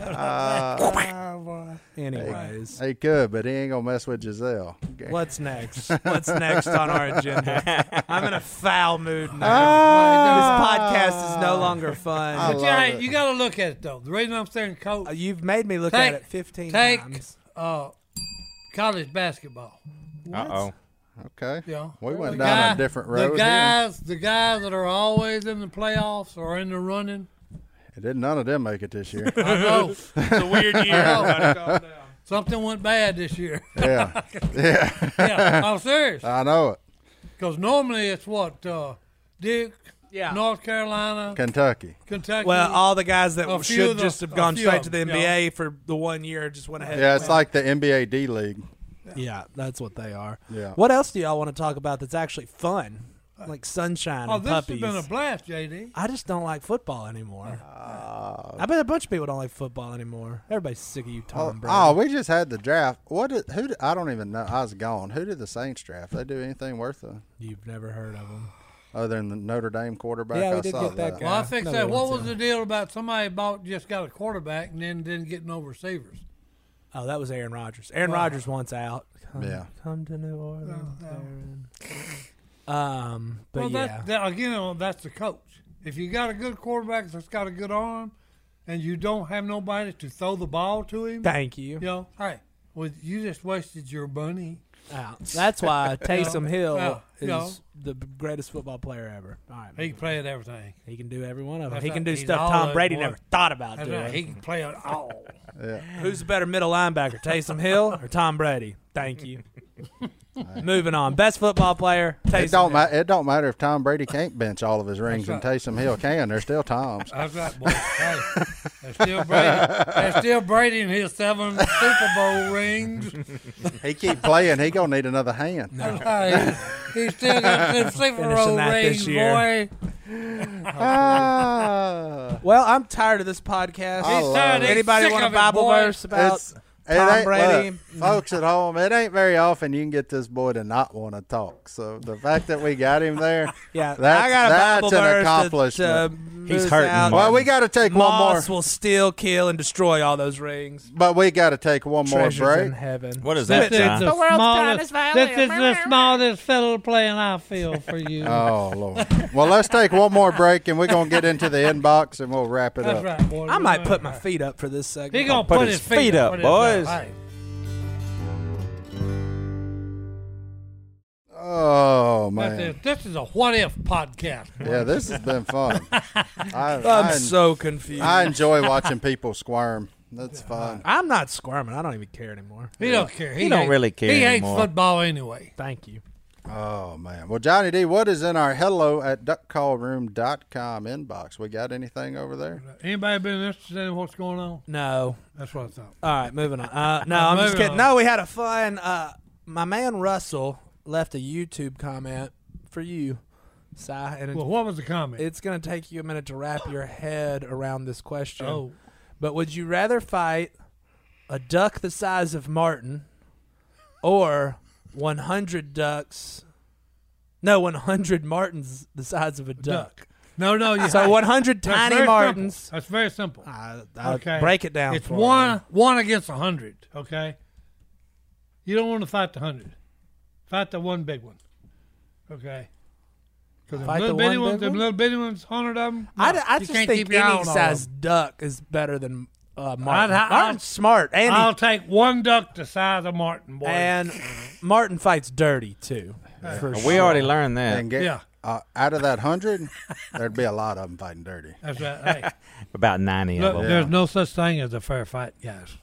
S1: Uh,
S3: *laughs* Anyways,
S1: *laughs* He could, but he ain't gonna mess with Giselle.
S3: what's next? What's next on our agenda? I'm in a foul mood now.
S1: Ah.
S3: this podcast is no longer
S1: I
S3: fun.
S1: love
S4: But yeah,
S1: it.
S4: you got to look at it though. The reason I'm saying coach,
S3: Uh, You've made me look
S4: Take-
S3: at it 15
S4: take
S3: times.
S4: uh, college basketball.
S2: Uh oh.
S1: Okay.
S4: You know,
S1: We
S4: The
S1: went down
S4: guy-
S1: a different
S4: The
S1: road. here.
S4: guys, the guys that are always in the playoffs or in the running.
S1: It did none of them make it this year. *laughs*
S4: I know
S5: It's a weird
S1: Oh.
S5: year.
S4: something went bad this year. *laughs*
S1: yeah. Yeah.
S4: yeah,
S1: *laughs*
S4: I'm serious.
S1: I know it.
S4: Because normally it's what uh, Duke,
S3: Yeah.
S4: North Carolina,
S1: Kentucky.
S4: Kentucky.
S3: Well, all the guys that
S4: A few
S3: should
S4: of the-
S3: just have
S4: a
S3: gone
S4: few
S3: straight
S4: of
S3: to the
S4: them,
S3: NBA for the one year just went ahead.
S1: Yeah, it's like the NBA D League.
S3: yeah, that's what they are.
S1: Yeah. Uh,
S3: What else do y'all want to talk about that's actually fun, like sunshine
S4: oh,
S3: and
S4: this
S3: puppies?
S4: has been a blast, JD.
S3: I just don't like football anymore. I bet a bunch of people don't like football anymore. Everybody's sick of you,
S1: Oh,
S3: Tom
S1: oh,
S3: Brady.
S1: we just had the draft. What? Did, who? Did, I don't even know. I was gone. Who did the Saints draft? They do anything worth a
S3: You've never heard of him.
S1: other than the Notre Dame quarterback?
S3: Yeah, we
S1: I
S3: did
S1: saw
S3: get that guy.
S4: Well, I think
S3: No,
S4: that.
S3: we
S4: What
S3: don't
S4: was
S3: too.
S4: the deal about somebody bought just got a quarterback and then didn't get no receivers?
S3: Oh, that was Aaron Rodgers. Aaron Rodgers wants out. Come,
S1: Yeah.
S3: Come to New Orleans, Aaron. Um, but
S4: Oh, well,
S3: yeah.
S4: that, that, again, uh, that's the coach. If you got a good quarterback that's got a good arm, and you don't have nobody to throw the ball to him,
S3: Thank you.
S4: you know, hey, well, you just wasted your money.
S3: out.
S4: *laughs*
S3: That's why Taysom Hill
S4: Yeah,
S3: is
S4: yeah.
S3: the greatest football player ever. All right,
S4: He
S3: he,
S4: can play at everything.
S3: can do every one of them.
S4: That's
S3: He can
S4: right.
S3: do
S4: He's
S3: stuff
S4: all
S3: Tom
S4: over
S3: Brady
S4: the
S3: never
S4: board.
S3: thought about
S4: That's
S3: doing.
S4: right. He can play at all.
S3: Who's a better middle linebacker, Taysom Hill or Tom Brady? Thank
S1: *laughs*
S3: you. Moving on, best football player
S1: It
S3: Taysom.
S1: don't,
S3: Hill.
S1: ma- it don't matter if Tom Brady can't bench all of his rings and
S4: right.
S1: Taysom Hill can. They're still Tom's.
S4: That's right, boy. Hey, that's still Brady. That's still Brady and his seven Super Bowl rings.
S1: he keep *laughs* playing. He gonna need another hand.
S4: Hey, he still got
S3: *laughs*
S4: them Super
S3: Finishing
S4: Bowl
S3: that
S4: rings,
S3: this year.
S4: boy.
S1: Ah.
S3: Well, I'm tired of this podcast.
S1: I love it.
S3: Anybody
S4: Sick
S3: want a
S4: of it,
S3: Bible
S4: boy.
S3: verse about?
S1: It's- it ain't-
S3: Brady.
S1: look, folks at home, it ain't very often you can get this boy to not want to talk. So the fact that we got him there,
S3: yeah,
S1: that's,
S3: I got a
S1: that's
S3: Bible
S1: an
S3: verse to-
S1: accomplishment.
S3: to
S2: He's
S3: move
S2: hurting.
S3: out.
S1: well, we got to take one
S3: Moss
S1: more,
S3: will still kill and destroy all those rings.
S1: but we got to take one more
S3: Treasures
S1: break.
S3: in heaven.
S2: What is that? John?
S4: the
S6: world's tiniest
S4: smallest,
S6: violin.
S4: This is the smallest fiddle playing I feel for you.
S1: Oh Lord! Well, let's take one more break, and we're gonna get into the inbox, and we'll wrap it
S4: That's
S1: up.
S4: right, boy.
S3: I might
S4: That's
S3: put my
S4: right.
S3: feet up for this segment.
S4: He gonna put, his, feet up,
S2: up,
S4: put
S2: boys.
S4: his- Hey.
S1: Oh
S4: That's
S1: man!
S4: it. This is a what if podcast.
S1: *laughs* Yeah, this has been
S4: *laughs*
S1: fun. I,
S3: I'm
S1: I,
S3: so confused.
S1: I enjoy watching people squirm. That's fun.
S3: I'm not squirming. I don't even care anymore.
S4: He don't care. He,
S2: He don't
S4: hate-
S2: really care
S4: He
S2: anymore.
S4: hates football anyway.
S3: Thank you.
S1: Oh man! Well, Johnny D, what is in our hello at duckcallroom.com inbox? We got anything over there?
S4: Anybody been interested in what's going on?
S3: No.
S4: That's what I thought.
S3: All right, moving on. Uh, no, I'm just
S4: Moving
S3: kidding.
S4: on.
S3: No, we had a fun. Uh, my man Russell left a YouTube comment for you, Si, and it's,
S4: Well, what was the comment?
S3: it's going to take you a minute to wrap your head around this question.
S4: oh,
S3: But would you rather fight a duck the size of Martin or 100 ducks? No, 100 Martins the size of a duck.
S4: Duck. No, no. You
S3: So 100
S4: That's
S3: tiny
S4: very
S3: Martins.
S4: Simple. That's very simple.
S3: I, I break it down.
S4: It's
S3: for
S4: one
S3: me.
S4: one against a hundred. Okay. You don't want to fight the hundred. Fight the one big one. Okay. Because
S3: Fight
S4: little
S3: the
S4: bitty
S3: one
S4: ones,
S3: big
S4: them
S3: one?
S4: little bitty ones, hundred of them.
S3: I, d- I
S4: you
S3: just
S4: can't
S3: think
S4: keep your eye
S3: any
S4: on all of
S3: size
S4: 'em.
S3: duck is better than uh, Martin.
S4: I'd- I'll-
S3: Martin's smart, and he-
S4: I'll take one duck the size of Martin, boy.
S3: and Martin fights dirty too. For sure.
S2: We already learned that.
S1: And get
S4: Yeah.
S1: uh, out of that hundred, there'd be a lot of them fighting
S4: *laughs*
S1: dirty.
S4: that's
S3: *laughs*
S4: right. Hey,
S2: About 90
S4: look,
S2: of them.
S4: there's no such thing as a fair fight, guys.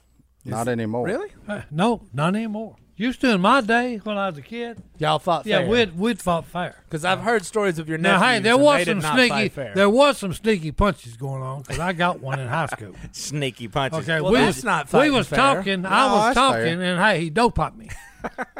S1: Not anymore.
S3: really
S4: Uh, No, not anymore. Used to in my day when I was a kid.
S3: y'all fought
S4: Yeah,
S3: fair.
S4: we'd we'd fought fair.
S3: Because I've heard stories of your nephews.
S4: Now, hey, there
S3: and
S4: was
S3: they
S4: some
S3: did not
S4: sneaky
S3: fight fair.
S4: there was some sneaky punches going on because I got one in high
S3: *laughs*
S4: school.
S2: Sneaky punches.
S4: Okay,
S3: Well,
S4: we
S3: that's
S4: was
S3: not
S4: we
S3: fighting
S4: was
S3: fair.
S4: talking. I
S1: No,
S4: was
S1: that's fair.
S4: talking, and hey, he dope popped me.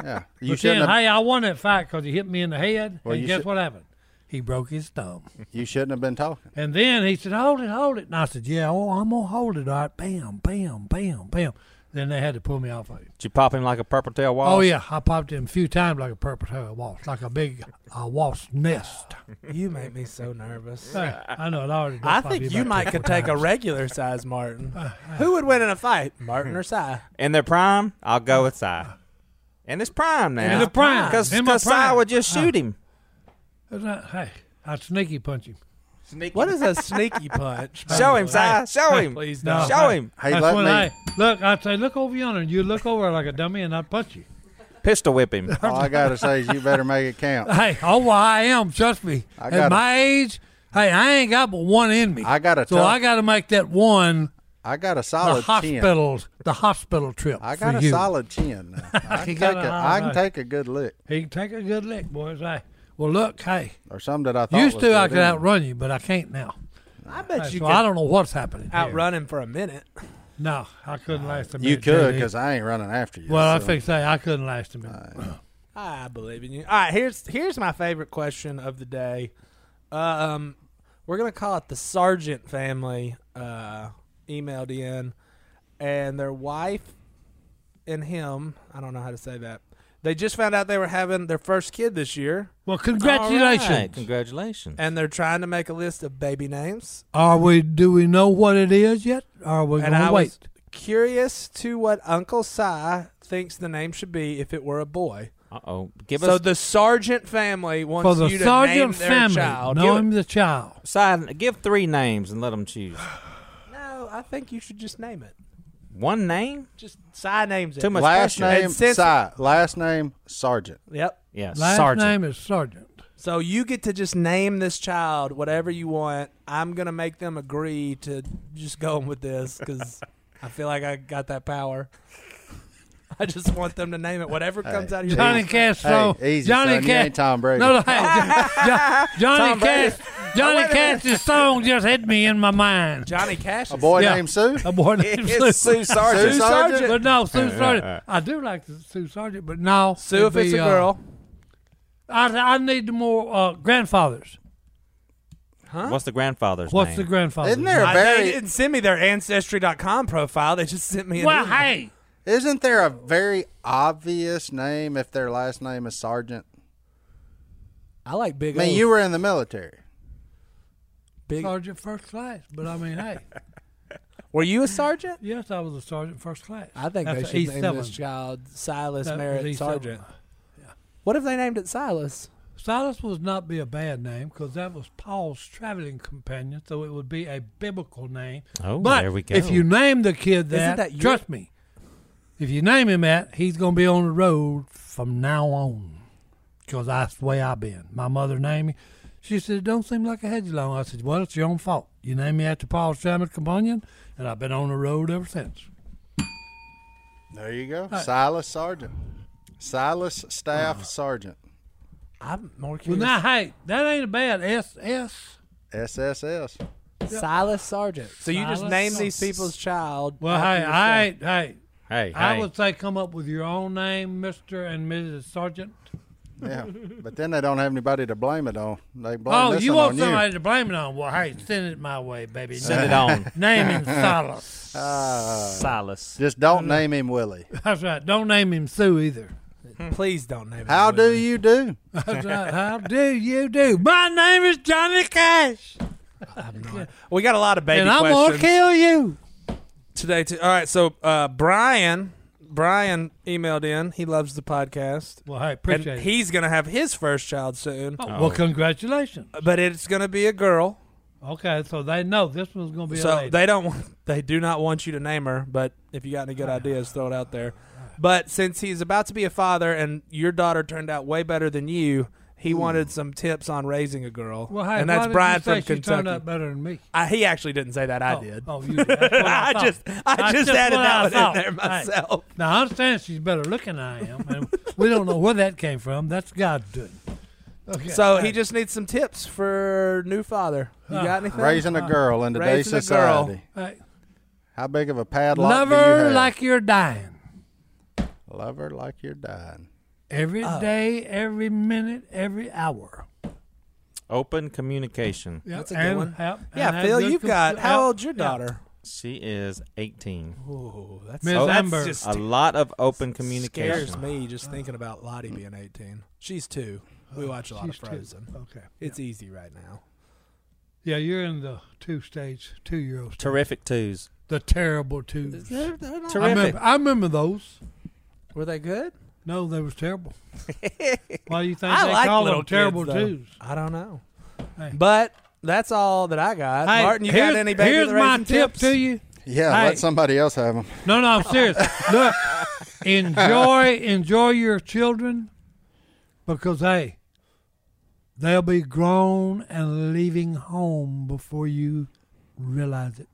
S1: Yeah. You
S4: You
S1: shouldn't.
S4: said,
S1: Have,
S4: hey, I won that fight because he hit me in the head.
S1: Well,
S4: and
S1: you
S4: guess
S1: should-
S4: what happened? He broke his
S3: *laughs*
S4: thumb.
S1: you shouldn't have been talking.
S4: And then he said, "Hold it, hold it." And I said, "Yeah, oh, I'm gonna hold it." All right, bam, bam, bam, bam. Then they had to pull me off of it.
S2: Did you pop him like a purple tail wall?
S4: Oh yeah, I popped him a few times like a purple tail wasp, like a big uh, wasp
S3: *laughs*
S4: nest.
S3: you make me so nervous.
S4: Hey, I know it already. done
S3: I
S4: popped me
S3: think you
S4: Uh, back Uh,
S3: might
S4: to
S3: could
S4: *laughs*
S3: take a regular size Martin. Who would win in a fight, Martin or Cy?
S2: In their prime, I'll go with Cy. And it's prime now.
S4: In the prime.
S2: Because
S4: In my
S2: Cy
S4: prime. Uh-huh.
S2: would just shoot him.
S4: Hey, I sneaky punch him.
S2: Sneaky.
S3: What is a sneaky *laughs* punch?
S2: Show him,
S4: Hey.
S2: Cy. Show him.
S3: Please
S4: No.
S3: no.
S2: Show him.
S1: Hey,
S4: That's
S1: let
S4: when
S1: me.
S4: I look. I say, look over yonder, and you look over like a dummy, and I punch you.
S2: Pistol whip him.
S1: all I gotta say is you better make it
S4: *laughs*
S1: count.
S4: Hey, oh, well, I am. Trust me.
S1: I
S4: At
S1: gotta-
S4: my age, hey, I ain't got but one in me.
S1: I got a
S4: so
S1: tough-
S4: I got to make that one
S1: I got a
S4: the
S1: solid ten.
S4: hospital the hospital trip.
S1: I got
S4: for
S1: a
S4: you.
S1: solid ten.
S4: *laughs*
S1: Now. I can,
S4: He
S1: take
S4: got a
S1: a,
S4: lot
S1: I
S4: of
S1: can
S4: that.
S1: take a good lick
S4: He can take a good lick, boys. Hey, well, look, hey,
S1: or some that I thought
S4: used
S1: was
S4: to I
S1: good
S4: could
S1: anyway.
S4: outrun you, but I can't now.
S3: I bet
S4: Hey, Uh, so
S3: you could
S4: I don't know what's happening. here.
S3: outrun him for a minute.
S4: No, I couldn't last a minute.
S1: You could
S4: JD.
S1: because I ain't running after you.
S4: Well, I
S1: so.
S4: think say I couldn't last a minute.
S3: I believe in you. All right, here's here's my favorite question of the day. Um, we're gonna call it the Sergeant family. Uh, emailed in, and their wife and him. I don't know how to say that. They just found out they were having their first kid this year,
S4: Well,
S2: All right,
S4: congratulations.
S2: Congratulations.
S3: and they're trying to make a list of baby names.
S4: Are we? Do we know what it is yet? Or are we
S3: And
S4: going
S3: I
S4: to wait?
S3: was curious to what Uncle Si thinks the name should be if it were a boy.
S2: Uh oh. Give
S3: So
S2: us
S3: the Sergeant family wants
S4: For the
S3: you to name
S4: sergeant
S3: their
S4: family,
S3: child.
S4: no,
S3: You-
S4: I'm the child.
S2: Cy, give three names and let them choose.
S3: No, I think you should just name it.
S2: One name?
S3: Just sign names. it.
S2: Too much
S1: last
S2: pressure.
S1: name
S3: And since-
S1: Si. Last name Sergeant.
S3: Yep.
S2: Yeah,
S4: Last
S2: Sergeant.
S4: *laughs* name is sergeant.
S3: So you get to just name this child whatever you want. I'm gonna make them agree to just going with
S1: *laughs*
S3: this because I feel like I got that power. I just want them to name it whatever comes out of your
S4: Johnny
S3: mouth.
S4: Castro.
S1: Hey, easy,
S4: Johnny
S1: son. You ain't Tom Brady.
S4: No, no, hey, Jo- Jo- Johnny
S2: Tom Brady.
S4: Cash. Johnny Cash's song just hit me in my
S3: *laughs*
S4: mind.
S3: Johnny Cash.
S1: A boy
S4: Yeah.
S1: named Sue.
S4: A boy named Sue.
S2: It's Sue Sergeant.
S1: Sue Sergeant?
S4: But no, Sue Sergeant. I do like the Sue Sergeant, but no.
S3: Sue if
S4: it'd
S3: it's a
S4: be, uh,
S3: girl.
S4: I, I need more uh, grandfathers.
S2: What's the grandfather's
S4: What's
S2: name?
S4: the grandfather?
S1: Isn't there a
S3: I- they
S1: very
S3: didn't send me their ancestry.com profile. They just sent me. An
S4: Well,
S3: email.
S4: hey.
S1: isn't there a very obvious name if their last name is Sergeant?
S3: I like big.
S1: I mean,
S3: O's.
S1: you were in the military.
S3: big.
S4: Sergeant first class, but I mean, hey,
S3: Were you a sergeant?
S4: yes, I was a sergeant first class.
S3: I think
S4: That's
S3: they
S4: E
S3: should name
S4: seven.
S3: this child Silas
S4: That was
S3: Merritt
S4: E seven.
S3: Sargent. What if they named it Silas?
S4: Silas would not be a bad name because that was Paul's traveling companion, so it would be a biblical name.
S2: Oh,
S4: but
S2: there we go.
S4: if you name the kid
S3: Isn't
S4: that,
S3: that your-
S4: trust me, if you name him that, he's going to be on the road from now on because that's the way I've been. My mother named me. She said, it don't seem like I had you long. I said, well, it's your own fault. You named me after Paul's traveling companion, and I've been on the road ever since.
S1: There you go. Silas Sergeant. Silas Staff
S4: Uh-huh.
S1: Sergeant.
S3: I'm more
S4: Well,
S3: curious.
S4: now, hey, that ain't a bad S.
S1: SSS.
S3: Silas Sargent. So you just
S4: Silas
S3: name
S4: Sargent.
S3: these people's child.
S4: Well,
S3: after
S4: hey,
S3: yourself.
S4: I, hey,
S2: hey,
S4: I
S2: hey.
S4: would say come up with your own name, Mister and Mrs. Sergeant. *laughs*
S1: Yeah. but then they don't have anybody to blame it on. They blame
S4: Oh,
S1: this
S4: you
S1: one
S4: want
S1: on
S4: somebody
S1: you.
S4: to blame it on? Well, hey, send it my way, baby.
S2: Send it Uh, on.
S4: *laughs* Name him Silas.
S2: Silas.
S1: Just
S4: Mm-hmm.
S1: don't name him Willie.
S4: That's right. Don't name him Sue either.
S3: Please don't name it.
S1: How
S3: Willie.
S1: do you do?
S4: That's right. How do you do? My name is Johnny Cash.
S3: We got a lot of baby
S4: and I'm gonna
S3: questions
S4: kill you.
S3: today. Too. All right, so uh, Brian, Brian emailed in. He loves the podcast,
S4: Well, hey,
S3: and
S4: appreciate it.
S3: he's gonna have his first child soon.
S4: Oh, Well, congratulations.
S3: But it's gonna be a girl,
S4: Okay, so they know this one's gonna be a
S3: so
S4: lady.
S3: they don't want, they do not want you to name her. But if you
S4: *sighs*
S3: got any good ideas, throw it out there. But since he's about to be a father, and your daughter turned out way better than you, he wanted some tips on raising a girl.
S4: well, hey,
S3: and
S4: why
S3: that's
S4: did
S3: Brian
S4: you say
S3: from
S4: she turned out
S3: Kentucky.
S4: better than me.
S3: I, he actually didn't say that. I
S4: oh,
S3: *laughs* did.
S4: Oh, you did. That's what
S3: I
S4: thought.
S3: just I
S4: That's
S3: just
S4: just
S3: added
S4: what
S3: that
S4: I
S3: one in
S4: thought.
S3: there
S4: Hey.
S3: myself.
S4: Now I understand she's better looking than I am, and we don't know where that came from. That's God's doing. Okay.
S3: So he
S4: hey,
S3: just needs some tips for new father. You got anything?
S1: Raising a girl in today's
S3: Raising a girl.
S1: society.
S4: hey,
S1: How big of a padlock
S4: love
S1: do you
S4: her
S1: have?
S4: like you're dying.
S1: love her like you're dying.
S4: every
S3: Oh.
S4: day, every minute, every hour.
S2: Open communication.
S4: Yep.
S3: That's a good
S4: and
S3: one.
S4: Have, and
S3: yeah,
S4: have
S3: Phil,
S4: good
S3: you've got
S4: compu-
S3: how
S4: yeah.
S3: old's your daughter?
S2: She is 18.
S3: Oh, that's
S4: Ms.
S3: that's
S4: Amber.
S3: just
S2: A lot of open communication.
S3: scares me just thinking about Lottie being eighteen. She's two. We watch a lot of
S4: Oh, She's two.
S3: Frozen.
S4: Okay.
S3: It's easy right now.
S4: Yeah, you're in the two stage, two year old.
S2: Terrific twos.
S4: the terrible twos. I
S2: Terrific.
S4: remember, I remember those.
S3: Were they good?
S4: No, they was
S3: *laughs*
S4: terrible. Why do you think
S3: I
S4: they
S3: like
S4: call
S3: little
S4: them terrible
S3: kids, though.
S4: twos?
S3: I don't know.
S4: Hey.
S3: But that's all that I got.
S4: Hey,
S3: Martin, you
S4: here's,
S3: got any baby
S4: Here's my
S3: raising
S4: tip
S3: tips?
S4: to you.
S1: Yeah,
S4: Hey.
S1: let somebody else have them.
S4: No, no, I'm serious. Look, enjoy, enjoy your children, because hey, they'll be grown and leaving home before you realize it.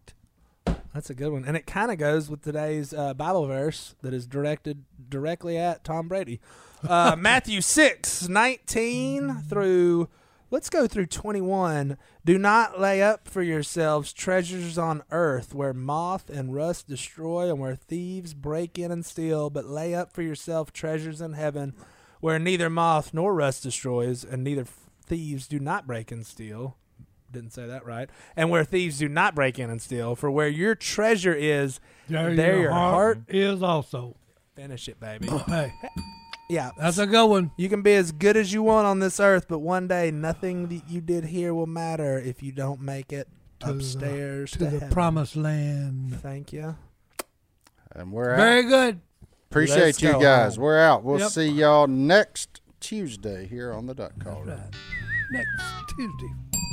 S3: That's a good one, and it kind of goes with today's uh, Bible verse that is directed directly at Tom Brady, uh, Matthew six nineteen through. Let's go through twenty one. Do not lay up for yourselves treasures on earth, where moth and rust destroy, and where thieves break in and steal. But lay up for yourself treasures in heaven, where neither moth nor rust destroys, and neither thieves do not break and steal didn't say that right. And where thieves do not break in and steal, for where your treasure is, there, your, heart.
S4: is also.
S3: Finish it, baby.
S4: *clears throat* Hey,
S3: yeah.
S4: that's a good one.
S3: You can be as good as you want on this earth, but one day nothing that you did here will matter if you don't make it
S4: the-
S3: upstairs
S4: To the
S3: heaven.
S4: promised land.
S3: Thank you.
S1: And we're out.
S4: Very good.
S1: Appreciate
S3: Let's
S1: you
S3: go
S1: guys.
S3: home.
S1: We're out. We'll
S4: Yep.
S1: see y'all next Tuesday here on the Duck Call.
S4: Next Tuesday.